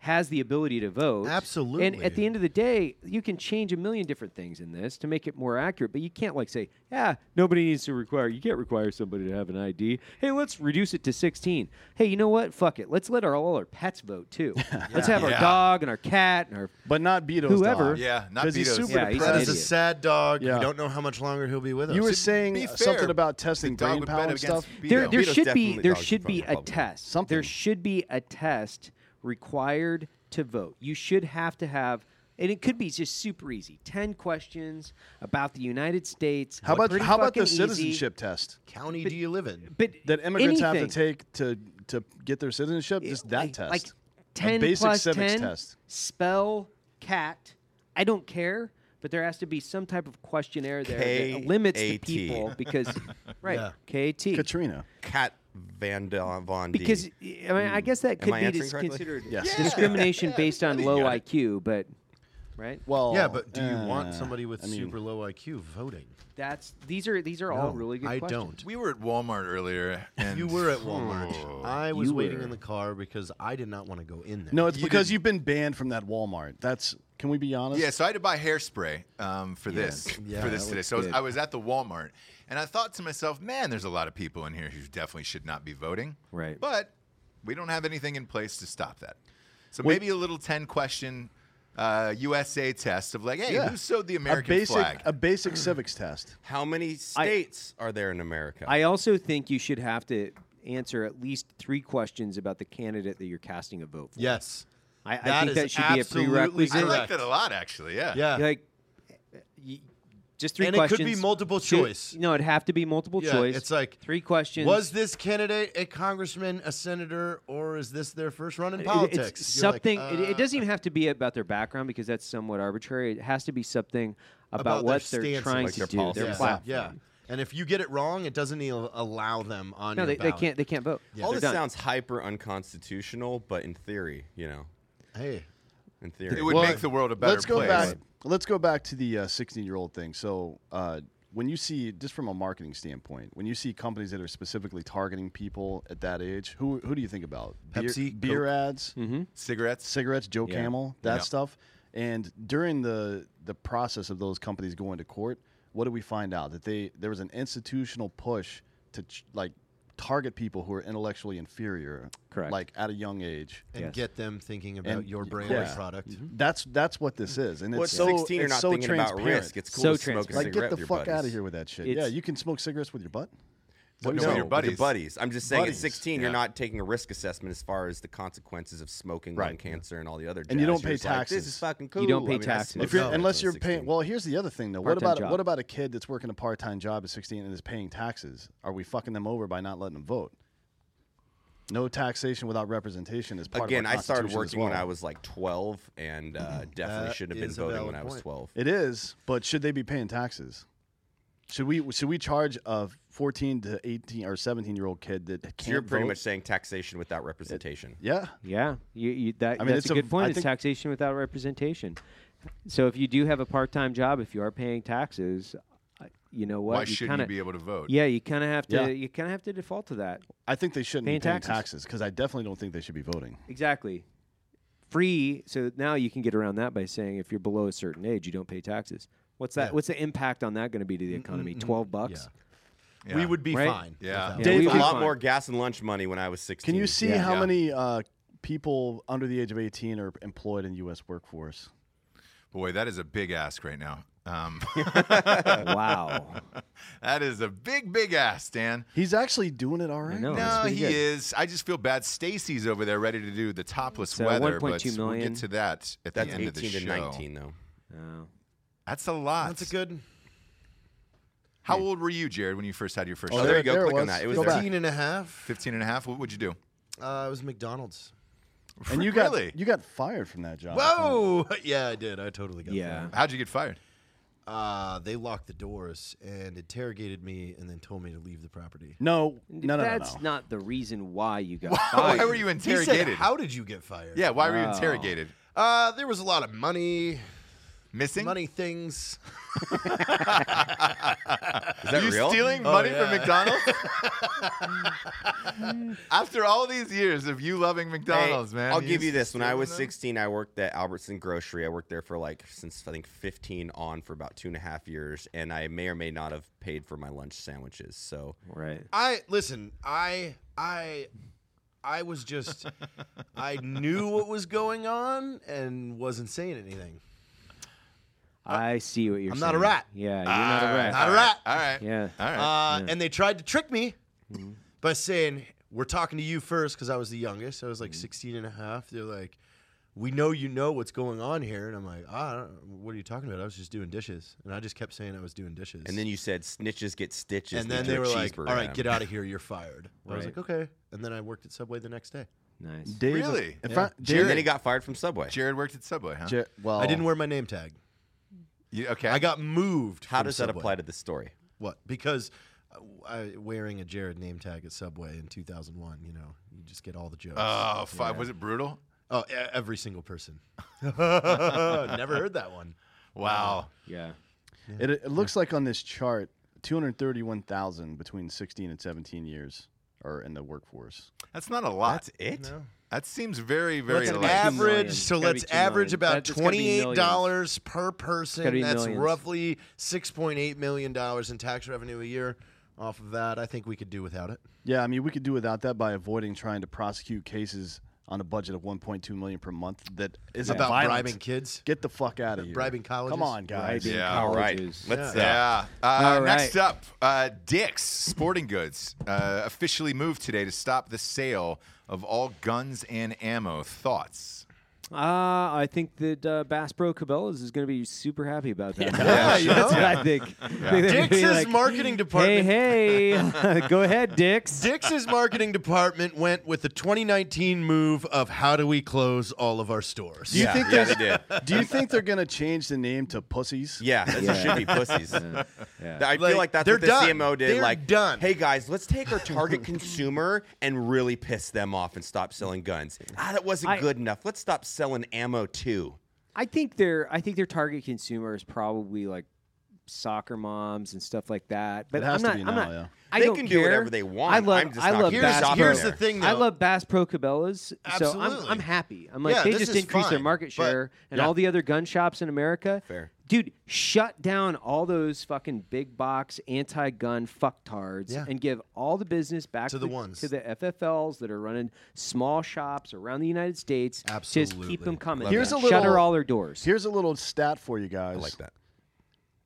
has the ability to vote. And
Absolutely.
at the end of the day, you can change a million different things in this to make it more accurate, but you can't like say, yeah, nobody needs to require. You can't require somebody to have an ID. Hey, let's reduce it to 16. Hey, you know what? Fuck it. Let's let our all our pets vote too. Let's have
Yeah.
our dog and our cat and our
But not Beto's
Whoever-
dog.
Yeah, not
'Cause he's
Beto's.
super
Yeah, he's an
That
depressed.
is a
idiot.
sad dog.
Yeah.
You don't know how much longer he'll be with us.
You were
It's-
saying
be
uh,
fair,
something about
The
testing
dog
brain
would bet
power and
against
stuff.
Beto.
there, there
Vito's
should be
definitely
there
dogs
should
in front
be
of
a
Republicans.
test.
Something.
There should be a test required to vote. You should have to have and it could be just super easy. 10 questions about the United States.
How about
Pretty
how about the
fucking easy.
citizenship test
county do you live in?
But
that immigrants have
anything.
to take to to get their citizenship? Just that
like,
test.
Like 10
basic
plus
civics
10,
test.
spell cat. I don't care, but there has to be some type of questionnaire there that limits the
KAT.
people because, right, KT.
Katrina.
Cat Van Da- Von D.
Because I, mean, I guess that could
I
be
answering
dis-
correctly?
considered
Yes.
discrimination based on low IQ, but right?
Well,
yeah, but do you
uh,
want somebody with
I mean,
super low IQ voting?
That's these are these are all Oh, really good.
I
questions.
don't.
We were at Walmart earlier, and
You were at Walmart. I was
You
waiting
were.
in the car because I did not want to go in there.
No, it's
You
because
didn't-
you've been banned from that Walmart. That's can we be honest?
Yeah, so I had to buy hairspray um, for this
Yeah,
for this
that
today.
looks
So I was,
good.
I was at the Walmart, and I thought to myself, "Man, there's a lot of people in here who definitely should not be voting."
Right.
But we don't have anything in place to stop that. So maybe a little ten question uh, USA test of like, "Hey,
Yeah.
who sewed the
a
American
basic
flag?"
a basic civics test.
how many states are there in America?
I also think you should have to answer at least three questions about the candidate that you're casting a vote for.
Yes.
I, I
That
think that
is
should be a
absolutely
I
prerequisite.
like
correct.
that a lot, actually. Yeah.
Yeah.
Like, uh, y- just three
And it could
questions.
be multiple
Should-
choice.
no, it'd have to be multiple
Yeah,
choice.
it's like,
three questions.
Was this candidate a congressman, a senator, or is this their first run in
It- it-
politics?
It's
You're like,
something. it, it
uh,
doesn't even have to be about their background because that's somewhat arbitrary. It has to be something about,
About their
what they're
stance on
trying
Like
to
their
do.
policies.
Their
yeah.
platform.
yeah. And if you get it wrong, it doesn't even allow them on
No,
your
they, they
ballot.
can't. They can't vote.
All this
They're done.
sounds hyper unconstitutional, but in theory, you know,
Hey.
in theory,
It would make the world a better
Let's go
place.
back. Let's go back to the uh, sixteen-year-old thing. So, uh, when you see, just from a marketing standpoint, when you see companies that are specifically targeting people at that age, who who do you think about? Beer-
Pepsi,
beer
Coke. Mm-hmm.
ads,
Cigarettes.
cigarettes, Joe Camel, that
Yeah.
stuff. And during the the process of those companies going to court, what did we find out? That they there was an institutional push to ch- like target people who are intellectually inferior,
Correct.
Like at a young age.
and
Yes.
get them thinking about
And-
your brand
yeah.
product.
Mm-hmm.
That's that's what this is, and it's
Well, at
so
16, you're
it's
not
so
thinking about
transparent.
risk. It's cool
So
to smoke a
transparent.
like
cigarette
get the
with your
fuck
buddies.
out of here with that shit. yeah,
It's-
you can smoke cigarettes with your butt.
What,
no,
no,
with
your buddies.
I'm just saying,
Buddies.
at 16,
Yeah.
you're not taking a risk assessment as far as the consequences of smoking lung
Right.
cancer and all the other.
And you
jazz.
don't pay
You're just like, this
taxes.
is fucking cool.
You don't pay
I I
taxes.
smoked
If you're
cigarettes
unless
when
you're
I was
paying,
16.
well, here's the other thing though. What
Part-time
about
job.
what about a kid that's working a part time job at 16 and is paying taxes? Are we fucking them over by not letting them vote? No taxation without representation is part
again,
of our
I started
Constitution as
working when
well. Mm,
I was like 12, and uh, definitely
That
should have been
is a
voting
valid
when I was
point.
12.
It is, but should they be paying taxes? Should we should we charge a 14 to 18 or 17 year old kid that can't
So you're pretty
vote?
much saying taxation without representation.
yeah.
Yeah, you, you, that,
I mean,
that's
it's
a
a-
good point.
I
It's
think-
taxation without representation. So if you do have a part-time job, if you are paying taxes, I- you know what?
Why shouldn't
kinda,
you be able to vote?
Yeah, you kind of have to.
Yeah.
You kind of have to default to that.
I think they shouldn't
Paying
be paying
taxes.
taxes because I definitely don't think they should be voting.
Exactly. Free. So now you can get around that by saying if you're below a certain age, you don't pay taxes. What's that?
Yeah.
What's the impact on that going to be to the economy? Twelve bucks.
Yeah.
We would be
Right?
fine.
Yeah.
without
Yeah,
that.
we
It's a
would
lot
find-
more gas and lunch money when I was 16.
Can you see
Yeah.
how
Yeah.
many uh, people under the age of 18 are employed in U.S. workforce?
Boy, that is a big ask right now. Um,
wow.
that is a big, big ask, Dan.
He's actually doing it all right.
know. Oh, that's
No,
pretty
he
good.
is. I just feel bad. Stacy's over there ready to do the topless
So
weather,
1.2
but we'll
million.
get to that at
That's
the end
18
of the
to
show.
19, though.
Oh.
That's a lot.
That's a good
How old were you, Jared, when you first had your first
Oh,
job?
there you go.
There it
Click on
was.
that. It was
Go
there.
back.
15 and a half.
15 and a half? What would you do?
Uh, it was McDonald's.
And you got
Really?
you got fired from that job.
Whoa! Yeah, I did. I totally got
Uh-huh. Yeah.
How'd you get fired?
that. Uh, they locked the doors and interrogated me and then told me to leave the property.
No, no, no,
That's
no. no.
not the reason why you got
Why,
fired.
were you
He
interrogated?
said, How did you get fired?
yeah, why were you
Wow.
interrogated?
Uh, there was a lot of money,
Missing?
money things.
Is that
you
real?
stealing
Oh,
money
yeah.
from McDonald's? After all these years of you loving
Hey,
McDonald's, man.
I'll give you this. When I
stealing
was
them?
16, I worked at Albertson Grocery. I worked there for like since I think 15 on for about two and a half years, and I may or may not have paid for my lunch sandwiches. So
right.
I listen. I I I was just I knew what was going on and wasn't saying anything.
I see what you're
I'm
saying.
not a rat.
Yeah, you're not
Ah,
Ah,
a rat.
Not a rat.
All right.
Yeah.
All right.
Uh, And they tried to trick me by saying, We're talking to you first because I was the youngest. I was like 16 and a half. They're like, We know you know what's going on here. And I'm like, ah, I don't- What are you talking about? I was just doing dishes. And I just kept saying I was doing dishes.
And then you said snitches get stitches.
and then
threw
they
a
were like, All
cheeseburger at
right,
him.
get out of here. You're fired. I was
Right.
like, Okay. And then I worked at Subway the next day.
Nice.
Dave,
Really?
If
Yeah.
I, Dave,
And then he got fired from Subway.
Uh, Jared worked at Subway, huh?
Jer- well,
I didn't wear my name tag.
You- okay.
I got moved.
How
from
does that
Subway.
apply to this story?
What? Because uh, I, wearing a Jared name tag at Subway in 2001, you know, you just get all the jokes.
Oh, five. Was it brutal?
Oh, e- every single person. Never heard that one.
Uh-huh.
Wow.
Yeah.
It, it looks like on this chart, 231,000 between 16 and 17 years are in the workforce.
That's not a lot.
it.
That seems very, very
it's an
light.
gotta be million.
average.
It's
So
gotta
let's
be two
average
million.
about
That- it's gotta be
twenty-eight
millions.
dollars per
gotta
person.
be
That's
millions.
roughly six point eight million dollars in tax revenue a year off of that. I think we could do without it.
Yeah, I mean, we could do without that by avoiding trying to prosecute cases on a budget of 1.2 million per month that is
About
violent.
bribing kids.
Get the fuck out of here.
Bribing colleges.
Come on, guys.
Bribing
Yeah,
All right.
colleges.
Let's. Uh,
Yeah. Uh,
All
Next up, uh, Dick's Sporting Goods uh, officially moved today to stop the sale of all guns and ammo. Thoughts?
Uh, I think that uh, Bass Pro Cabela's is going to be super happy about that.
Yeah, you
that's
know?
what I think.
Dix's
Like,
marketing
Hey,
department.
hey, go ahead, Dix.
Dix's marketing department went with the 2019 move of how do we close all of our stores?
Do you think
yeah,
there's
they did.
Do you think they're going to change the name to Pussies?
Yeah, this
Yeah.
should be pussies.
Yeah.
I
Like,
feel like that's
they're
what the
done.
CMO did.
They're
like,
done.
hey guys, let's take our target consumer and really piss them off and stop selling guns. Ah, that wasn't
I-
good enough. Let's stop selling ammo too.
I think their I think their target consumer is probably like soccer moms and stuff like that. But
It has
I'm
to
not.
be
I'm
now,
not.
yeah.
I
They
don't
can do
care.
whatever they want.
I love.
I'm just
I
not
love
gonna
Bass.
stop
Pro.
Here's the
there.
thing, though.
I love Bass Pro Cabela's, so I'm,
Absolutely.
I'm happy. I'm like
Yeah,
they
this
just
is
increased their
fine,
market
but-
share, and
Yeah.
all the other gun shops in America.
Fair.
dude, shut down all those fucking big box anti-gun fucktards
Yeah.
and give all the business back
To the ones.
to the FFLs that are running small shops around the United States. just keep
Absolutely.
them coming.
Love Here's
that. a
shutter
little-
all their doors.
Here's a little stat for you guys.
I like that.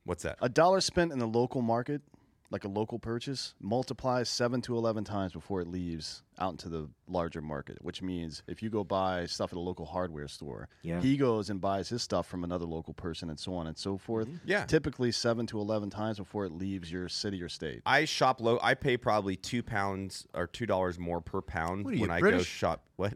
What's that?
A dollar spent in the local market, like a local purchase, multiplies seven to eleven times before it leaves out into the larger market. Which means if you go buy stuff at a local hardware store,
Yeah.
he goes and buys his stuff from another local person, and so on and so forth.
Mm-hmm.
Yeah.
typically seven to eleven times before it leaves your city or state.
I shop low. I pay probably two pounds or two dollars more per pound
What are you,
when I go
British?
shop. What?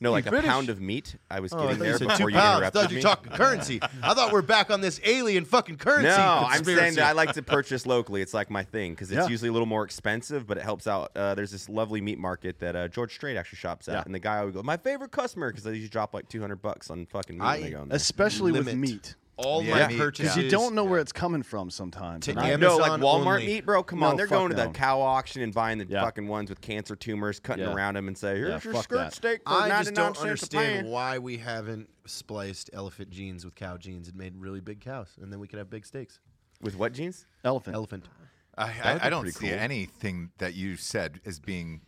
No, like a
British?
pound of meat. I was
Oh, I thought
getting
you
there
said
before
two
you
pounds. I
interrupted
thought you
me.
were talking currency. I thought we're back on this alien fucking currency.
no, I'm
conspiracy.
saying that I like to purchase locally. It's like my thing because it's
Yeah.
usually a little more expensive, but it helps out. Uh, there's this lovely meat market that uh, George Strait actually shops at,
Yeah.
and the guy always go, "My favorite customer," because they usually drop like 200 bucks on fucking meat.
I-
when they go in there.
Especially with
Limit.
meat,
all
Yeah.
my
Yeah.
purchases.
because you don't know where it's coming from sometimes.
To
and I-
Am-
no, like
Amazon
Walmart
only.
meat, bro. Come
No,
on, they're
fuck
going to
no.
the cow auction and buying the
Yeah.
fucking ones with cancer tumors, cutting
Yeah.
around them, and say, "Here's your
fuck
skirt
that.
steak for
I
99
just don't
cents a
understand
pound."
why we haven't spliced elephant jeans with cow jeans and made really big cows, and then we could have big steaks.
With what jeans?
elephant.
Elephant.
I,
would
I,
be
I don't
pretty
see
cool.
anything that you said as being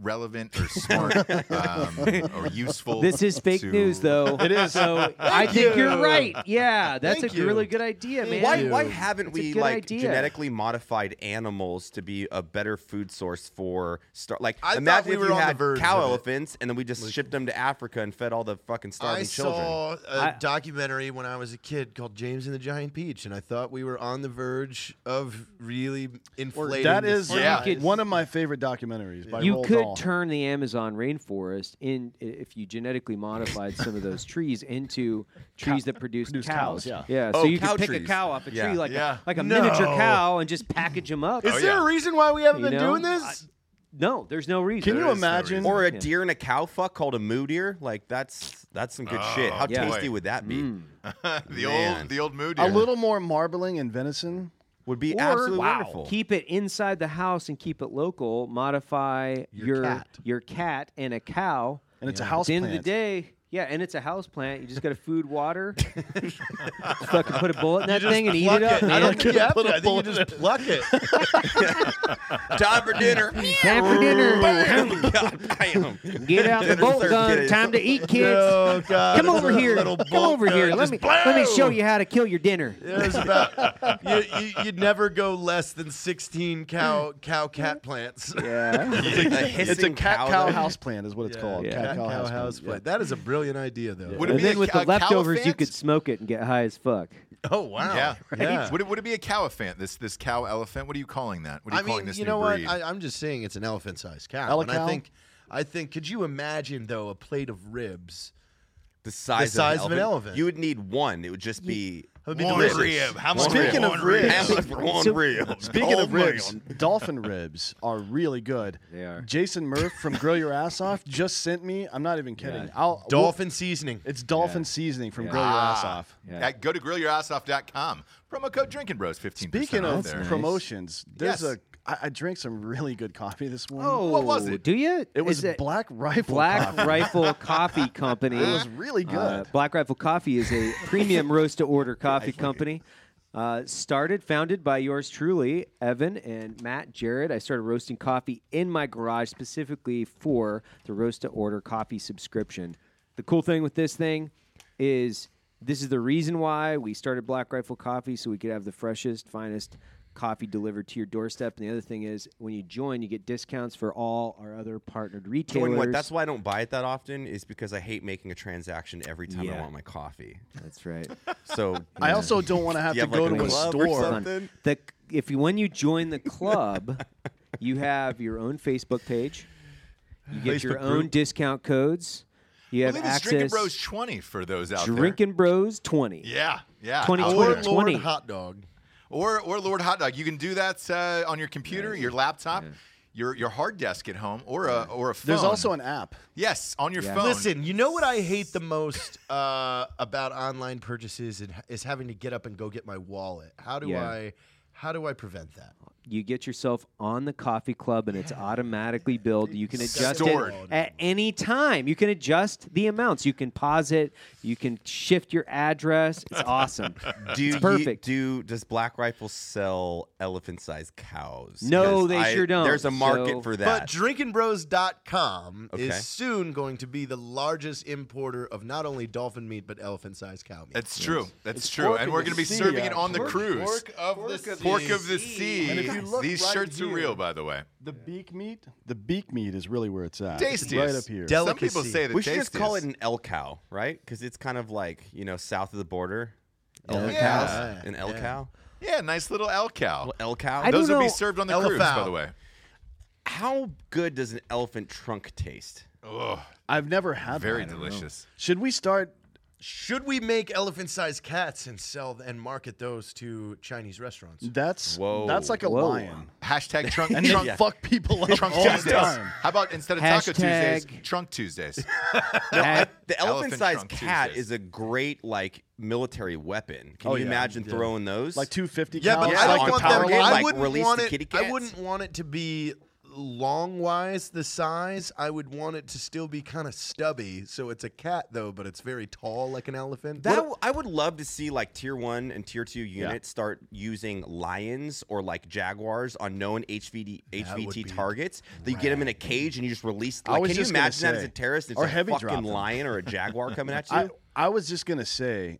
relevant or smart um, or useful.
This is fake
to-
news, though. It is. So I think you. are right. Yeah, that's
Thank
a
you.
really good idea, man.
Why, why haven't
That's a
we
good
like
idea.
genetically modified animals to be a better food source for star? Like
I thought
imagine
we
if
were
you
on the
had
verge
cow
of it.
elephants and then we just shipped them to Africa and fed all the fucking starving
I
children.
saw a
I-
documentary when I was a kid called James and the Giant Peach, and I thought we were on the verge of really inflating.
That
the
is
size.
Yeah.
could-
one of my favorite documentaries. By
you
Roald
could
Dahl.
turn the Amazon rainforest in if you genetically modified some of those trees into trees that produce,
produce
cows.
cows, yeah.
yeah.
Oh,
so you
cow
could pick a
trees.
cow off a tree
Yeah.
like
Yeah.
a, like a
No.
miniature cow and just package them up.
Is
Oh,
there
yeah.
a reason why we haven't
You
been
know?
doing this?
no, there's no reason.
Can
There
you
is no
imagine?
reason.
Or a
Yeah.
deer and a cow fuck called a moo deer? Like that's that's some good shit.
Oh,
How
Yeah.
tasty
boy.
would that be?
Mm.
the
Man.
old the old mood.
a
here.
little more marbling and venison.
Would be
Or,
absolutely
wow,
wonderful.
keep it inside the house and keep it local. Modify
Your
your
cat.
your cat and a cow.
And it's a
At
house
the end of the day, yeah, and it's a house plant. You just got to food, water. fucking put a bullet in that thing and eat
Pluck
it up,
it. I
man.
don't think you have to. I think you just pluck it.
Time for dinner.
Time for dinner.
God damn.
Get out the
Dinner's
bolt
served,
gun.
kiddies.
Time to eat, kids.
Oh, God,
Come
it's
over
a
here.
little
Come
bolt
over
gun.
here. Let
Just
me
blow.
let me show you how to kill your dinner.
There's about you, you, you'd never go less than 16 cow cow cat plants.
Yeah.
It's a cat cow,
though.
house plant, is what it's called.
Yeah.
Cat, cow, house plant.
plant. That is a brilliant idea, though.
Would it
and
be
then
a
with
ca-
the leftovers, you
caliphant?
could smoke it and get high as fuck.
Oh wow!
Yeah.
Yeah.
Would it, would it be a cow elephant? This this cow elephant? What are you calling that? What are you
I
calling
mean,
this
you
new
know what?
breed?
I, I'm just saying it's an elephant-sized cow, and I
Alicow?
think, I think. Could you imagine though a plate of ribs?
The size,
size of an elephant.
You would need one. It would just be.
That would be
One
delicious.
rib. How much
Speaking
one
of
rib?
ribs-
Apples for one
So-
rib.
Speaking of
Oh my
ribs, dolphin ribs are really good.
They are.
Jason Murph from Grill Your Ass Off just sent me. I'm not even kidding. I'll,
Dolphin seasoning.
we'll- it's dolphin seasoning from Grill Your Ass
Ah,
Off.
Yeah.
At, go to grillyourassoff.com. Promo code Drinking Bros 15
Speaking
off
of
there.
promotions, there's
Yes.
a. I, I drank some really good coffee this morning.
Oh,
What was it?
Do you?
it was
Is it
Black Rifle.
Black
coffee.
Rifle Coffee Company.
It was really good.
Uh, Black Rifle Coffee is a premium roast to order coffee company. Uh, started, founded by yours truly, Evan and Matt Jarrett. I started roasting coffee in my garage specifically for the roast to order coffee subscription. The cool thing with this thing is this is the reason why we started Black Rifle Coffee so we could have the freshest, finest coffee delivered to your doorstep. And the other thing is when you join, you get discounts for all our other partnered retailers.
Doing what? That's why I don't buy it that often. Is because I hate making a transaction every time I
Yeah.
want my coffee.
That's right.
So
I also don't want to have
You
to
have,
go
like,
to
a
a
club or
store.
something? Then-
The if you when you join the club, you have your own Facebook page. You get your own discount codes.
I
You have
believe it's
access
Drinking Bros 20 for those out
Drinking Bros 20.
there. Yeah. Yeah.
20
out
Twitter.
or
there.
Lord
20.
hot dog.
Or or Lord Hot Dog. You can do that uh, on your computer, your laptop, your your hard disk at home, or a or a phone.
There's also an app.
yes on your phone.
Listen, you know what I hate the most uh, about online purchases and, is having to get up and go get my wallet. How do
Yeah.
I, how do I prevent that?
You get yourself on the coffee club, and it's automatically billed. You can adjust
Stored.
it at any time. You can adjust the amounts. You can pause it. You can shift your address. It's awesome.
Do
it's
you-
perfect.
do does Black Rifle sell elephant-sized cows?
No,
Because
they
I-
sure don't,
There's a market
so-
for
But
that.
drinkingbros.com
Okay.
is soon going to be the largest importer of not only dolphin meat but elephant-sized cow meat.
That's true. That's true.
pork
And
of
we're
the
going to be
sea,
serving it on the
actually.
cruise.
Pork of the sea.
Pork of the sea.
And if you look
These
right
shirts are
here-
real, by the way.
The beak meat, the beak meat is really where it's at.
Tastiest.
right up here.
Del-
Some people
Delicacy.
say the
we should just call it
tastiest.
an elk cow, right? Because it's kind of like you know south of the border. Elephant
Yeah.
cows, an elk cow,
Yeah, nice little elk cow.
Well, elk cow.
I don't
Those would be
know.
served on the
Elk
cruise, by
fowl.
the way.
How good does an elephant trunk taste?
I've never had
Very
that.
delicious.
Should we start?
Should we make elephant-sized cats and sell and market those to Chinese restaurants?
That's
Whoa.
that's like a
Whoa.
lion.
Hashtag trunk,
And then
trunk,
fuck people up
trunk
all the
Tuesdays.
time.
How about instead of Taco
Hashtag-
Tuesdays, Trunk Tuesdays?
At-
The
Elephant
elephant-sized
trunk
cat
Tuesdays.
is a great like military weapon. Can
Oh,
you
yeah.
imagine throwing those?
Like two fifty.
Yeah, but I
Yeah, on
don't want
Power
them.
Game,
I
like,
wouldn't
release
want
the
it.
kitty
I
cats.
wouldn't want it to be long wise the size. I would want it to still be kind of stubby. So it's a cat though, but it's very tall like an elephant.
That
What-
I would love to see like tier one and tier two units start using lions or like jaguars on known HVD,
would be
HVT targets. That you get them in a cage and you just release. Like,
was
can you
just gonna
imagine that as
say,
a terrorist? It's
or
a
heavy
fucking
drop 'em.
lion or a jaguar coming at you.
I, I was just gonna say,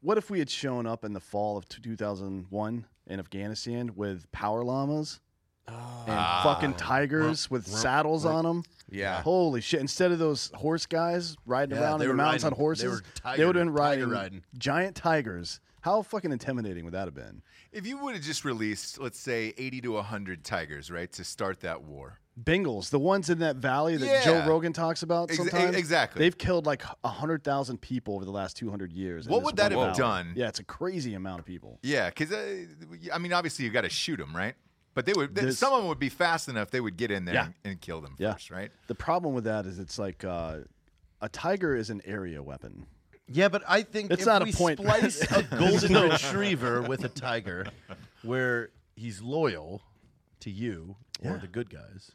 what if we had shown up in the fall of two thousand one in Afghanistan with power llamas and
Ah.
fucking tigers with saddles on 'em. on them?
Yeah.
Holy shit! Instead of those horse guys riding
Yeah,
around
they
in the
were
mountains
riding-
on horses,
they were tiger-
would have been
tiger
riding,
riding.
giant tigers. How fucking intimidating would that have been?
if you would have just released, let's say, 80 to 100 tigers, right, to start that war.
Bengals, the ones in that valley that
Yeah.
Joe Rogan talks about
Ex-
sometimes.
e- exactly.
They've killed like 100,000 people over the last 200 years. in
What
this
would that
one
have
valley.
done?
Yeah, it's a crazy amount of people.
Yeah, because, uh, I mean, obviously you've got to shoot them, right? But they would.
This-
some of them would be fast enough. They would get in there
Yeah.
and, and kill them
Yeah.
first, right?
The problem with that is it's like uh, a tiger is an area weapon.
yeah, but I think
It's
if
not a
we
point.
splice a golden retriever with a tiger, where he's loyal to you or the good guys.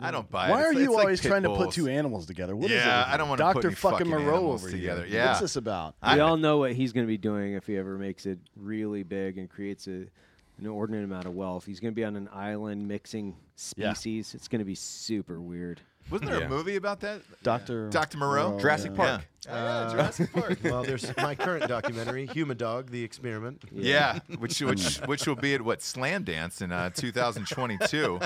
I don't buy it.
Why
It's-
are
it's
you
like
always
pit
trying to put
bulls.
two animals together? What is it?
Yeah,
with
I
you?
don't wanna put
Dr.
any
fucking
fucking
Moreau
animals
over
together.
Here.
Yeah.
What's this about?
we
I-
all know what he's going to be doing if he ever makes it really big and creates a, an ordinate amount of wealth. He's going to be on an island mixing
Yeah.
species. It's going to be super weird.
Wasn't there
Yeah.
a movie about that? Uh,
Dr.
Dr. Moreau?
Jurassic
yeah.
Park.
Oh, Yeah, yeah Jurassic Park.
Well, there's my current documentary, Humadog: The Experiment.
Yeah, which which which will be at what Slam Dance in uh, 2022.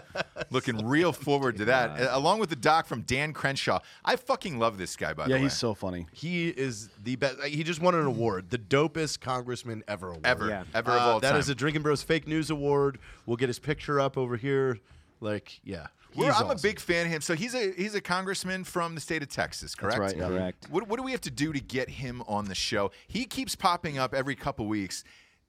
Looking real forward to that, uh, along with the doc from Dan Crenshaw. I fucking love this guy, by
Yeah,
the way.
he's so funny.
He is the best. like, He just won an award, the dopest congressman ever award.
ever,
Yeah.
ever of
Uh,
all
that
time.
is a Drinking Bros Fake News Award. We'll get his picture up over here. Like, yeah.
We're-
he's
I'm a
awesome.
big fan of him. So he's a he's a congressman from the state of Texas, correct?
right, yeah.
Correct.
What, what do we have to do to get him on the show? He keeps popping up every couple weeks.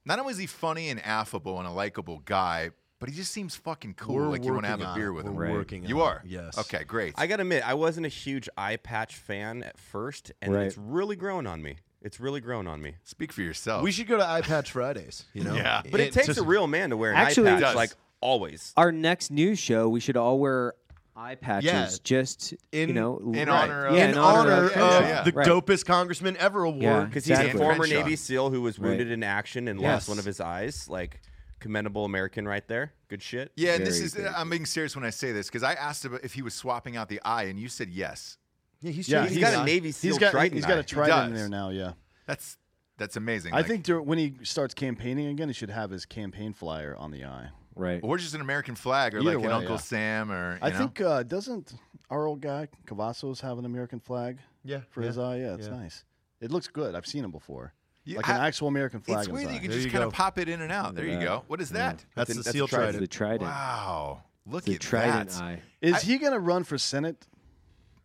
Not only is he funny and affable and a likable guy, but he just seems fucking cool.
We're
like you want to
working
have a
on
beer
it.
with
We're
him.
working
You
on
are.
it. Yes.
Okay. Great.
I gotta admit, I wasn't a huge eye patch fan at first, and
Right.
it's really grown on me. It's really grown on me.
Speak for yourself.
We should go to Eye Patch Fridays. You know.
Yeah.
But it, takes
just-
a real man to wear an
Actually-
eye patch,
It
does.
like always.
Our next news show, we should all wear eye patches
Yeah.
just, you
In-
know,
in
right.
honor of-
yeah,
in,
in
honor of
yeah, yeah, yeah.
the
Right.
dopest congressman ever award.
Yeah.
Because he's a
Exactly.
former
Crenshaw.
Navy SEAL who was
Right.
wounded in action and
Yes.
lost one of his eyes. Like commendable American, right there. Good shit.
Yeah, and this
Very
is
big.
I'm being serious when I say this because I asked about if he was swapping out the eye, and you said yes.
Yeah, he's,
Yeah,
just-
he's got a
he's-
Navy SEAL
He's got,
Triton.
he's got a
eye.
trident in
does.
there now, yeah.
That's that's amazing.
I think dur when he starts campaigning again, he should have his campaign flyer on the eye.
Right.
or just an American flag, or
Either
like an
way,
Uncle
yeah.
Sam, or you
I
know?
think uh, doesn't our old guy Cavazos have an American flag
Yeah,
for his uh,
yeah,
eye? Yeah, it's
yeah.
nice. It looks good. I've seen him before,
Yeah,
like
I-
an actual American flag. Mm.
it's
on
weird
his
that
eye.
you can
There
just
you
kind
go.
of pop it in and out. There you
Yeah.
go. What is that?
That's,
That's
the
a- that's
seal
a trident.
It's the
trident.
trident.
Wow, look
The
at
trident
that.
eye.
Is he going to run for Senate?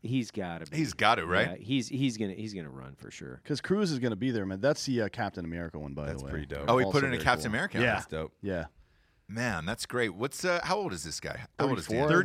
He's got to be.
He's got it right.
Yeah, he's he's gonna he's gonna run for sure.
Because Cruz is going to be there, man. That's the uh, Captain America one, by
That's
the way.
pretty dope.
Oh, he
Also
put in a
very
Captain
cool.
America.
Yeah.
That's dope.
Yeah,
Man, that's great. What's uh, how old is this guy? How old is he?
34.
Thir-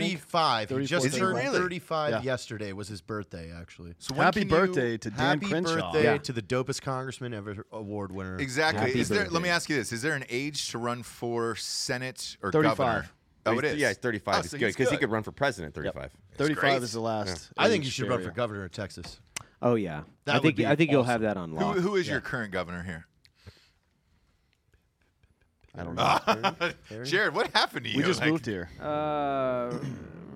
35. He just
34,
turned
Is he really?
35
Yeah.
yesterday was his birthday, actually.
So when
Happy
can you-
birthday to Dan
Happy
Crenshaw.
birthday
Yeah.
to the dopest congressman ever award winner.
Exactly.
Happy
is there? Let
birthday.
me ask you this: Is there an age to run for Senate or
35.
governor? Oh, it
He's-
is.
Yeah, he's 35.
Oh,
he's
so
good
he's
because he
good.
could run for president at 35.
Thirty-five
great.
is the last.
I think
age
you should run for
area.
governor of Texas.
Oh yeah,
That
I
would
think
be
I think you'll have
awesome.
that on lock.
Who, who is your current governor here?
I don't know.
Jared, what happened to Ah, you?
We just
Like,
moved here.
Uh,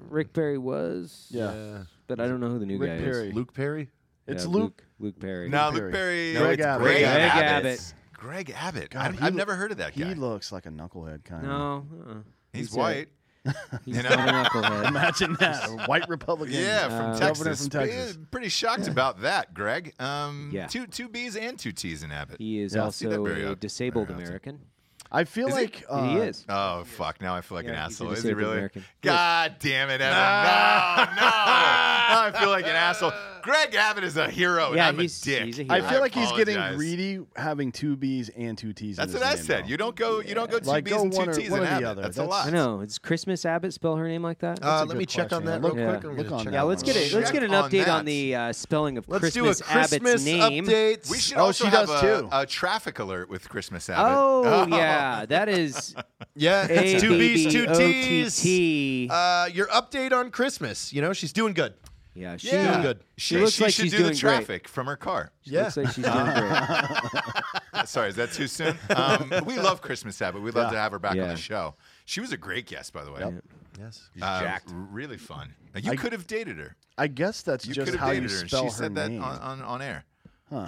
Rick Perry was,
Yeah.
but I don't know who the new
Rick
guy
Perry.
is.
Luke Perry?
Yeah,
It's
Luke. Luke Perry.
No,
Perry.
Luke Perry.
No, Greg
it's
Abbott.
Greg,
Greg
Abbott.
Abbott.
Greg Abbott.
God,
I,
he
I've
lo-
never heard of that guy.
He looks like a knucklehead kind of.
no. Uh-uh.
he's,
a-
white.
He's
You know?
not an alcoholic.
Imagine that. A white Republican.
Yeah, from
Uh, governor
Texas.
From Texas.
Yeah, Pretty shocked about that, Greg. Um,
Yeah.
two two B's and two T's in Abbott.
He is
Yeah, I
see that
also
very
a
often.
disabled
Very often.
American.
I feel
Is he?
like uh,
he is.
Oh fuck! Now I feel like an
Yeah, he's a
asshole. Is he
disabled
really?
American.
God damn it, Evan! No, no! Now I feel like an asshole. Greg Abbott is a hero, and
Yeah,
I'm
he's-
a dick.
he's a
I
hero.
feel like he's getting
apologize.
greedy having two B's and two T's. in
That's
his
what I
name,
said.
though.
You don't go. You don't go two
Like,
B's
go
and two
one or-
T's
one
in
or the
Abbott.
other.
That's, a
That's-
lot.
I know. It's Christmas Abbott spell her name like that?
Uh,
a
let
good
me check
question.
on that
Look-
real quick.
yeah,
I'm
look
gonna
on
check
that
yeah, let's
one.
get it. Let's
Check
get an
on
update
that.
on the uh, spelling of
Let's
Christmas
do a Christmas
Abbott's name.
update.
We should
Oh,
also
she
have
does
a,
too.
a traffic alert with Christmas Abbott.
Oh, yeah, that is
yeah,
A
it's two B's, two
B
T's.
B O T T.
Uh, your update on Christmas. You know, she's doing good.
Yeah, she,
Doing good.
She,
She looks
she
like
should
she's
do
doing
the
great.
traffic from her car.
Yeah.
looks like she's doing great.
Uh, Sorry, is that too soon? Um, we love Christmas Abbott. We'd love to have her back on
Yeah.
the show. She was a great guest, by the way.
Yes.
Uh,
jacked.
Really fun. Now, you
I-
could have dated her.
I guess that's
You could
just
have
how
dated
you
her. and
spell
She
her
said that
name.
on, on, on air.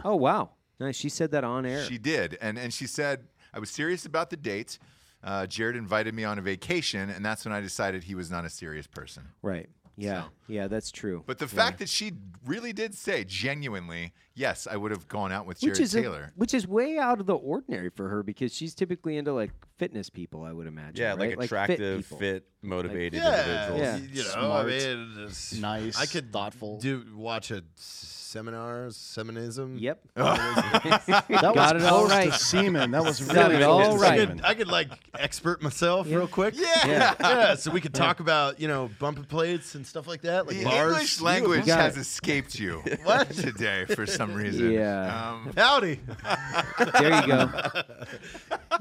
Oh wow, nice. She said that on air.
She did, and and she said I was serious about the date. Uh, Jared invited me on a vacation, and that's when I decided he was not a serious person.
right. Yeah.
So.
Yeah, that's true.
But the fact that she really did say genuinely, yes, I would have gone out with Jared
which is a-
Taylor.
which is way out of the ordinary for her because she's typically into like fitness people, I would imagine.
Yeah,
right?
like attractive,
fit, people.
fit, motivated individuals.
Yeah.
You know,
Smart,
I mean, it's-
nice,
I could
thoughtful.
do watch a s- seminar, seminism.
Yep.
That
Got
was
it all
close
right.
to semen. That was really
Got it all
close to
I
right.
semen.
could, I could like expert myself real quick.
Yeah.
yeah. So we could talk about you know bumping plates and stuff like that, like
The
bars.
English language
got
has
it.
escaped you what? today for some reason.
Yeah.
Um,
Howdy.
there you go.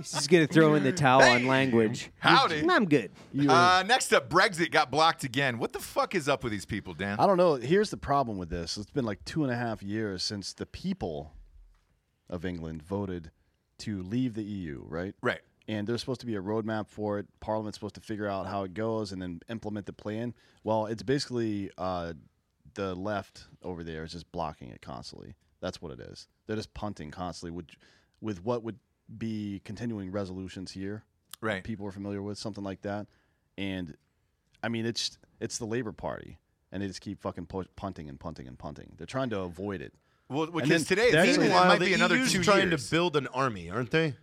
She's gonna throw in the towel on language. Mm,
Howdy.
I'm good.
You were-
uh, next up, Brexit got blocked again. What the fuck is up with these people, Dan?
I don't know. Here's the problem with this. It's been like two and a half years since the people of England voted to leave the EU, right?
Right.
And there's supposed to be a roadmap for it. Parliament's supposed to figure out how it goes and then implement the plan. Well, it's basically uh, the left over there is just blocking it constantly. That's what it is. They're just punting constantly with, with what would be continuing resolutions here
Right.
people are familiar with, something like that. And I mean, it's it's the Labor Party, and they just keep fucking pu- punting and punting and punting. They're trying to avoid it.
Well,
And then
because today,
that's-
it
Meanwhile,
might
the
be another
EU's
two
trying
years.
to build an army, aren't they?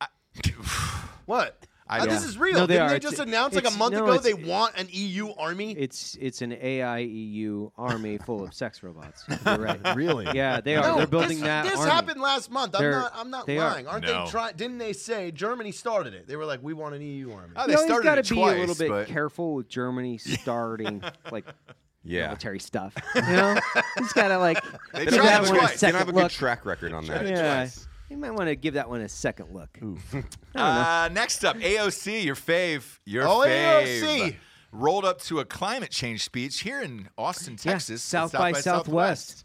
what?
I
Uh,
don't-
This is real.
No, they
Didn't
are.
they
It's-
just announce like a
it's-
month
no,
ago
it's-
they want an EU army?
It's it's an AIEU army full of sex robots. You're right.
Really?
Yeah, they are.
No,
They're building
this,
that
This
army.
happened last month. I'm
They're-
not. I'm not
they are.
lying. Are. not
No.
they trying? Didn't they say Germany started it? They were like, we want an EU army.
Oh,
You
they
always
started
gotta
it
be
twice,
a little bit
but-
careful with Germany starting like
Yeah.
military stuff. You know, just gotta like
They
give
tried
that
it
one a
twice.
They don't
second
have a good
look.
track record on that.
yeah, you might want to give that one a second look.
Uh, next up, AOC, your fave, your
Oh,
fave,
AOC.
rolled up to a climate change speech here in Austin, Texas, at
South by Southwest.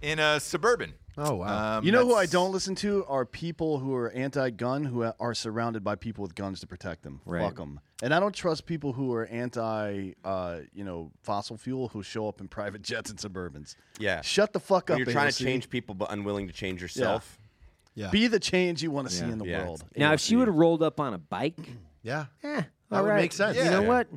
in a suburban.
Oh, wow.
Um,
You know who I
that's-
don't listen to are people who are anti-gun who a- are surrounded by people with guns to protect them. Fuck 'em.
Right.
Fuck them. And I don't trust people who are anti, uh, you know, fossil fuel who show up in private jets and Suburbans.
Yeah.
Shut the fuck
When
up.
you're trying to
AOC.
change people but unwilling to change yourself.
Be the change you want to see
Yeah.
in the
Yeah.
world.
Now, if she
AOC.
would have rolled up on a bike,
yeah.
eh,
That
all
would
right.
make sense.
You
Yeah.
know
Yeah.
what?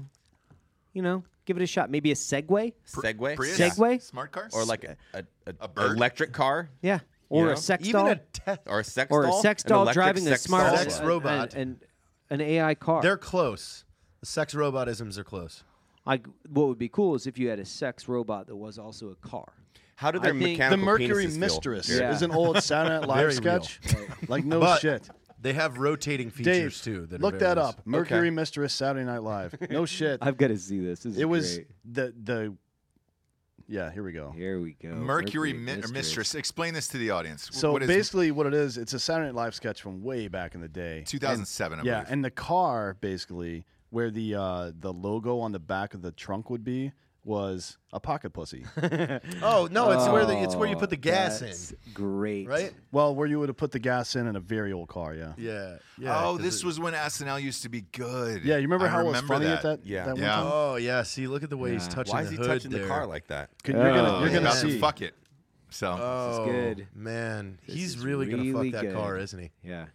You know, give it a shot. Maybe a Segway.
Segway.
Prius?
Yeah.
Segway?
smart cars,
Or like a, a, a,
bird.
electric car.
Yeah, or
Yeah.
a sex
Even
doll,
a test.
Or a sex
or
doll.
a sex
An
doll
electric
driving a
sex
smart
doll.
Sex
an-
robot.
and, and an AI car.
They're close. The sex robotisms are close.
I, what would be cool is if you had a sex robot that was also a car.
How do their
I think-
mechanical
the Mercury
penises feel?
Mistress
Yeah.
is an old Saturday Night Live
Very
Oh,
sketch. Like no
But-
shit.
They have rotating
Dave,
features too. That are
look that
various.
up. Mercury Mistress, Saturday Night Live. No shit.
I've got to see this. this is
it was
great.
the the. Yeah, here we go.
Here we go.
Mercury, mi- or Mistress. Explain this to the audience. W-
So
what is
basically, what it is, it's a Saturday Night Live sketch from way back in the day.
2007, I
yeah,
believe.
and the car basically where the uh, the logo on the back of the trunk would be was a pocket pussy.
Oh no, it's where the, it's where you
Oh,
put the gas
that's
in,
Great.
right?
well, where you would have put the gas in in a very old car. Yeah.
Yeah. yeah
oh,
'cause
this
it-
was when SNL used to be good.
Yeah, you remember
I
how it was
remember
funny at that?
Yeah.
that one
Yeah.
time?
Oh yeah. See, look at the way he's
Yeah.
touching.
Why is
the
he
hood
touching
there.
the car like that?
You're gonna,
Oh,
you're gonna
About
see. Uh,
to fuck it. So
Oh,
is good.
man,
This
he's
is
really,
really
gonna fuck that car,
good.
isn't he?
Yeah.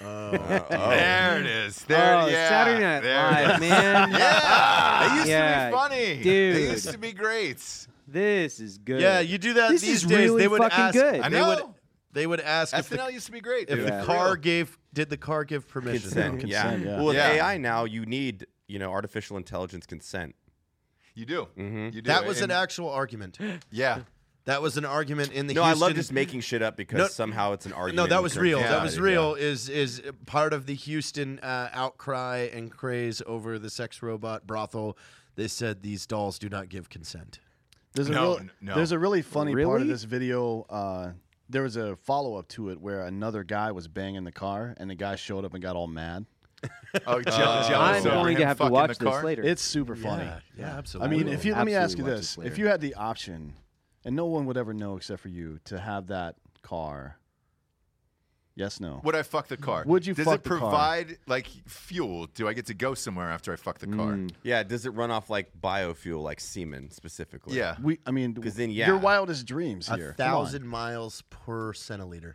Uh, oh.
there it is. There,
oh,
yeah,
Saturday Night
there.
Live, man.
Yeah, they used to
Yeah,
be funny. they
dude.
used to be great.
This is good.
Yeah, you do that
This
these
is
days.
really
they would
fucking
ask.
good.
I
They would.
know.
They would ask if the,
SNL used to be great.
if
dude.
the
For
car
real.
gave. Did the car give permission?
consent.
Consent,
Yeah.
yeah.
Well, with
Yeah.
AI now, you need you know artificial intelligence consent.
you do.
Mhm.
Mm-hmm.
You do.
That was an
And-
actual argument.
Yeah.
That was an argument in the.
No,
Houston,
I love just making shit up because
No-
somehow it's an argument.
No, that
in
was
terms
real.
of
Yeah.
that was
it,
real. Is is part of the Houston uh, outcry and craze over the sex robot brothel. They said these dolls do not give consent.
There's a
No,
real,
n- no.
there's a really funny part of
Really?
this video. Uh, there was a follow up to it where another guy was banging the car, and the guy showed up and got all mad.
Oh, je-
I'm
jealous over
going to
him
have to
fucking
watch
the
this
car?
later.
It's super funny.
Yeah, yeah,
I
absolutely.
mean, if you let me
Absolutely
ask you
watch
this:
this
if
later.
you had the option, and no one would ever know except for you, to have that car, yes, no,
Would I fuck the car?
Would you
Does
fuck
it
the car?
provide like fuel? Do I get to go somewhere after I fuck the car?
Mm,
Yeah. Does it run off like biofuel, like semen specifically?
Yeah.
we. I mean,
'Cause then, yeah.
your wildest dreams
a
here. Come on.
thousand miles per centiliter.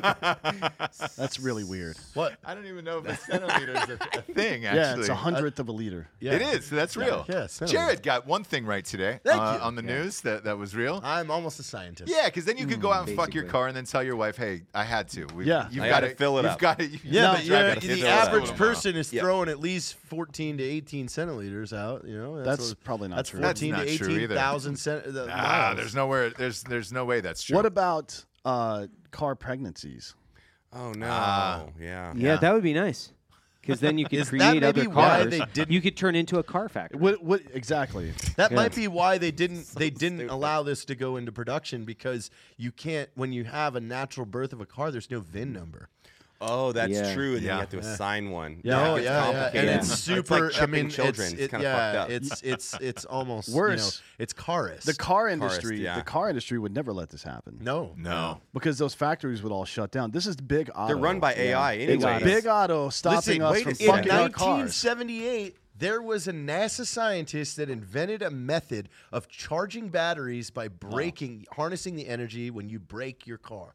That's really weird.
What?
I don't even know if a centimeter is a, a thing. Actually,
Yeah, it's
uh,
a hundredth of a liter.
It is. That's real.
yeah, centimeter.
Jared got one thing right today
Thank
uh,
you.
on the news that that was real.
I'm almost a scientist.
Yeah, because then you could go out and fuck your
basically.
car and then tell your wife, "Hey, I had to. We,
Yeah.
you've
I
got
gotta fill it
you've
up.
Got to, you've
Yeah,
gotta
but
drive
you're-
it.
the
fill it
average
out.
person is
Yeah.
throwing at least 14 to 18 centiliters out. You know,
That's
what-
probably not
that's
true.
14
That's not
to
true either.
18,000 cent.
Ah, there's nowhere. There's there's no way that's true.
What about uh, car pregnancies?
Oh no.
Ah.
yeah.
yeah, that would be nice. Because then you could
Is that
create other
maybe why
cars.
they didn't-
You could turn into a car factory.
What? What exactly?
That
Yeah.
might be why they didn't they didn't
stupid.
allow this to go into production because you can't when you have a natural birth of a car, there's no VIN number.
Oh, that's
Yeah.
true. And then
Yeah.
you have to assign one.
Yeah.
That
Oh,
gets
and
complicated.
it's
like
super. I
chipping
mean,
children.
it's,
It's,
it-
kind of
yeah,
fucked up.
it's it's it's almost
Worse.
You know, it's carist.
The car industry,
yeah.
the car industry would never let this happen.
no,
No.
because those factories would all shut down. This is big auto.
They're run by AI
It's
anyway.
big auto stopping
Listen,
us
wait
from
a
In
second.
fucking our cars.
1978, there was a NASA scientist that invented a method of charging batteries by braking, harnessing the energy when you brake your car.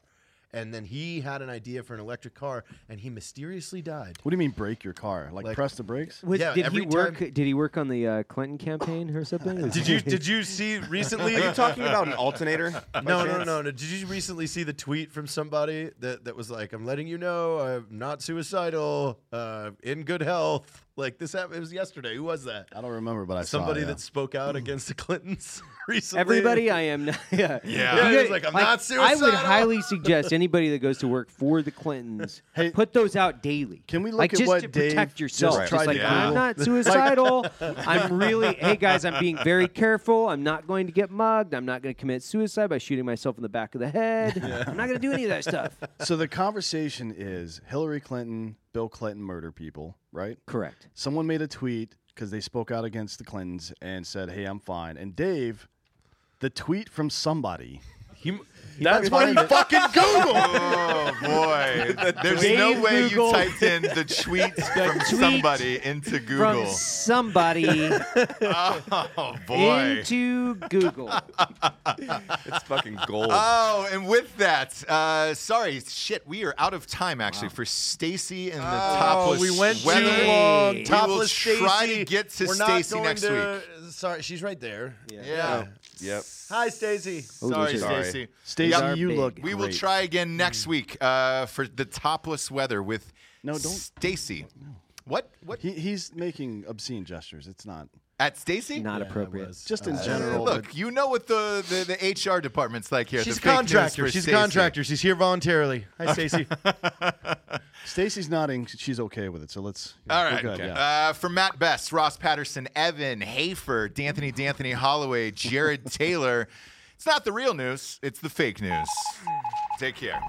And then he had an idea for an electric car, and he mysteriously died.
What do you mean break your car? Like, press the brakes?
Was-
Yeah,
did he
every
work?
time-
Did he work on the uh, Clinton campaign or something?
Did you did you see
Are
recently?
you talking about an alternator? by
No, no,
chance?
no, no. Did you recently see the tweet from somebody that, that was like, "I'm letting you know, I'm not suicidal, uh, in good health." Like this happened. It was yesterday. Who was that?
I don't remember, but I
somebody
saw, it, yeah.
that spoke out against the Clintons recently.
uh,
Everybody, I am. Not, yeah,
Yeah.
You
Yeah,
he was
guys-
like, "I'm not
I would
suicidal."
highly suggest anybody that goes to work for the Clintons
Hey,
put those out daily.
can we look
like
at
just
what
to
Dave
protect
just
yourself?
tried
Just
to
like
do?
I'm not suicidal. I'm really. Hey guys, I'm being very careful. I'm not going to get mugged. I'm not going to commit suicide by shooting myself in the back of the head. I'm not going to do any of that stuff.
So the conversation is Hillary Clinton, Bill Clinton murder people, right?
Correct.
Someone made a tweet because they spoke out against the Clintons and said, "Hey, I'm fine." And Dave, the tweet from somebody.
That's what he
Fucking Google. oh boy. There's no
Dave
way
Google.
you typed in the tweet from
tweet
somebody into
from
Google.
somebody
oh boy.
into Google.
It's fucking gold.
Oh, and with that, uh, sorry, shit, we are out of time actually for Stacy and the topless
Oh, we went too
weather.
long.
We
Topless
will try
Stacey.
to get to
We're not
Stacy
going
next
to-
week.
Sorry, she's right there.
Yeah.
yep.
Hi, Stacey.
Oh,
Sorry,
those are-
Sorry.
Stacy.
Stacey,
Yep.
you
big.
look.
We will
great.
try again next week uh, for the topless weather with
No, don't-
Stacy. What? What?
He, he's making obscene gestures. It's not.
At Stacy?
Not
Yeah, I
appropriate.
was.
Just in
Uh,
general.
Look, you know what the, the, the HR department's like here.
She's a
the fake news
contractor.
for
She's a
Stacey.
contractor. She's here voluntarily. Hi, Stacy.
Stacy's nodding. She's okay with it. So let's.
All
we're
right.
good, yeah.
uh, for Matt Best, Ross Patterson, Evan, Hafer, D'Anthony, D'Anthony Holloway, Jared Taylor. It's not the real news, it's the fake news. Take care.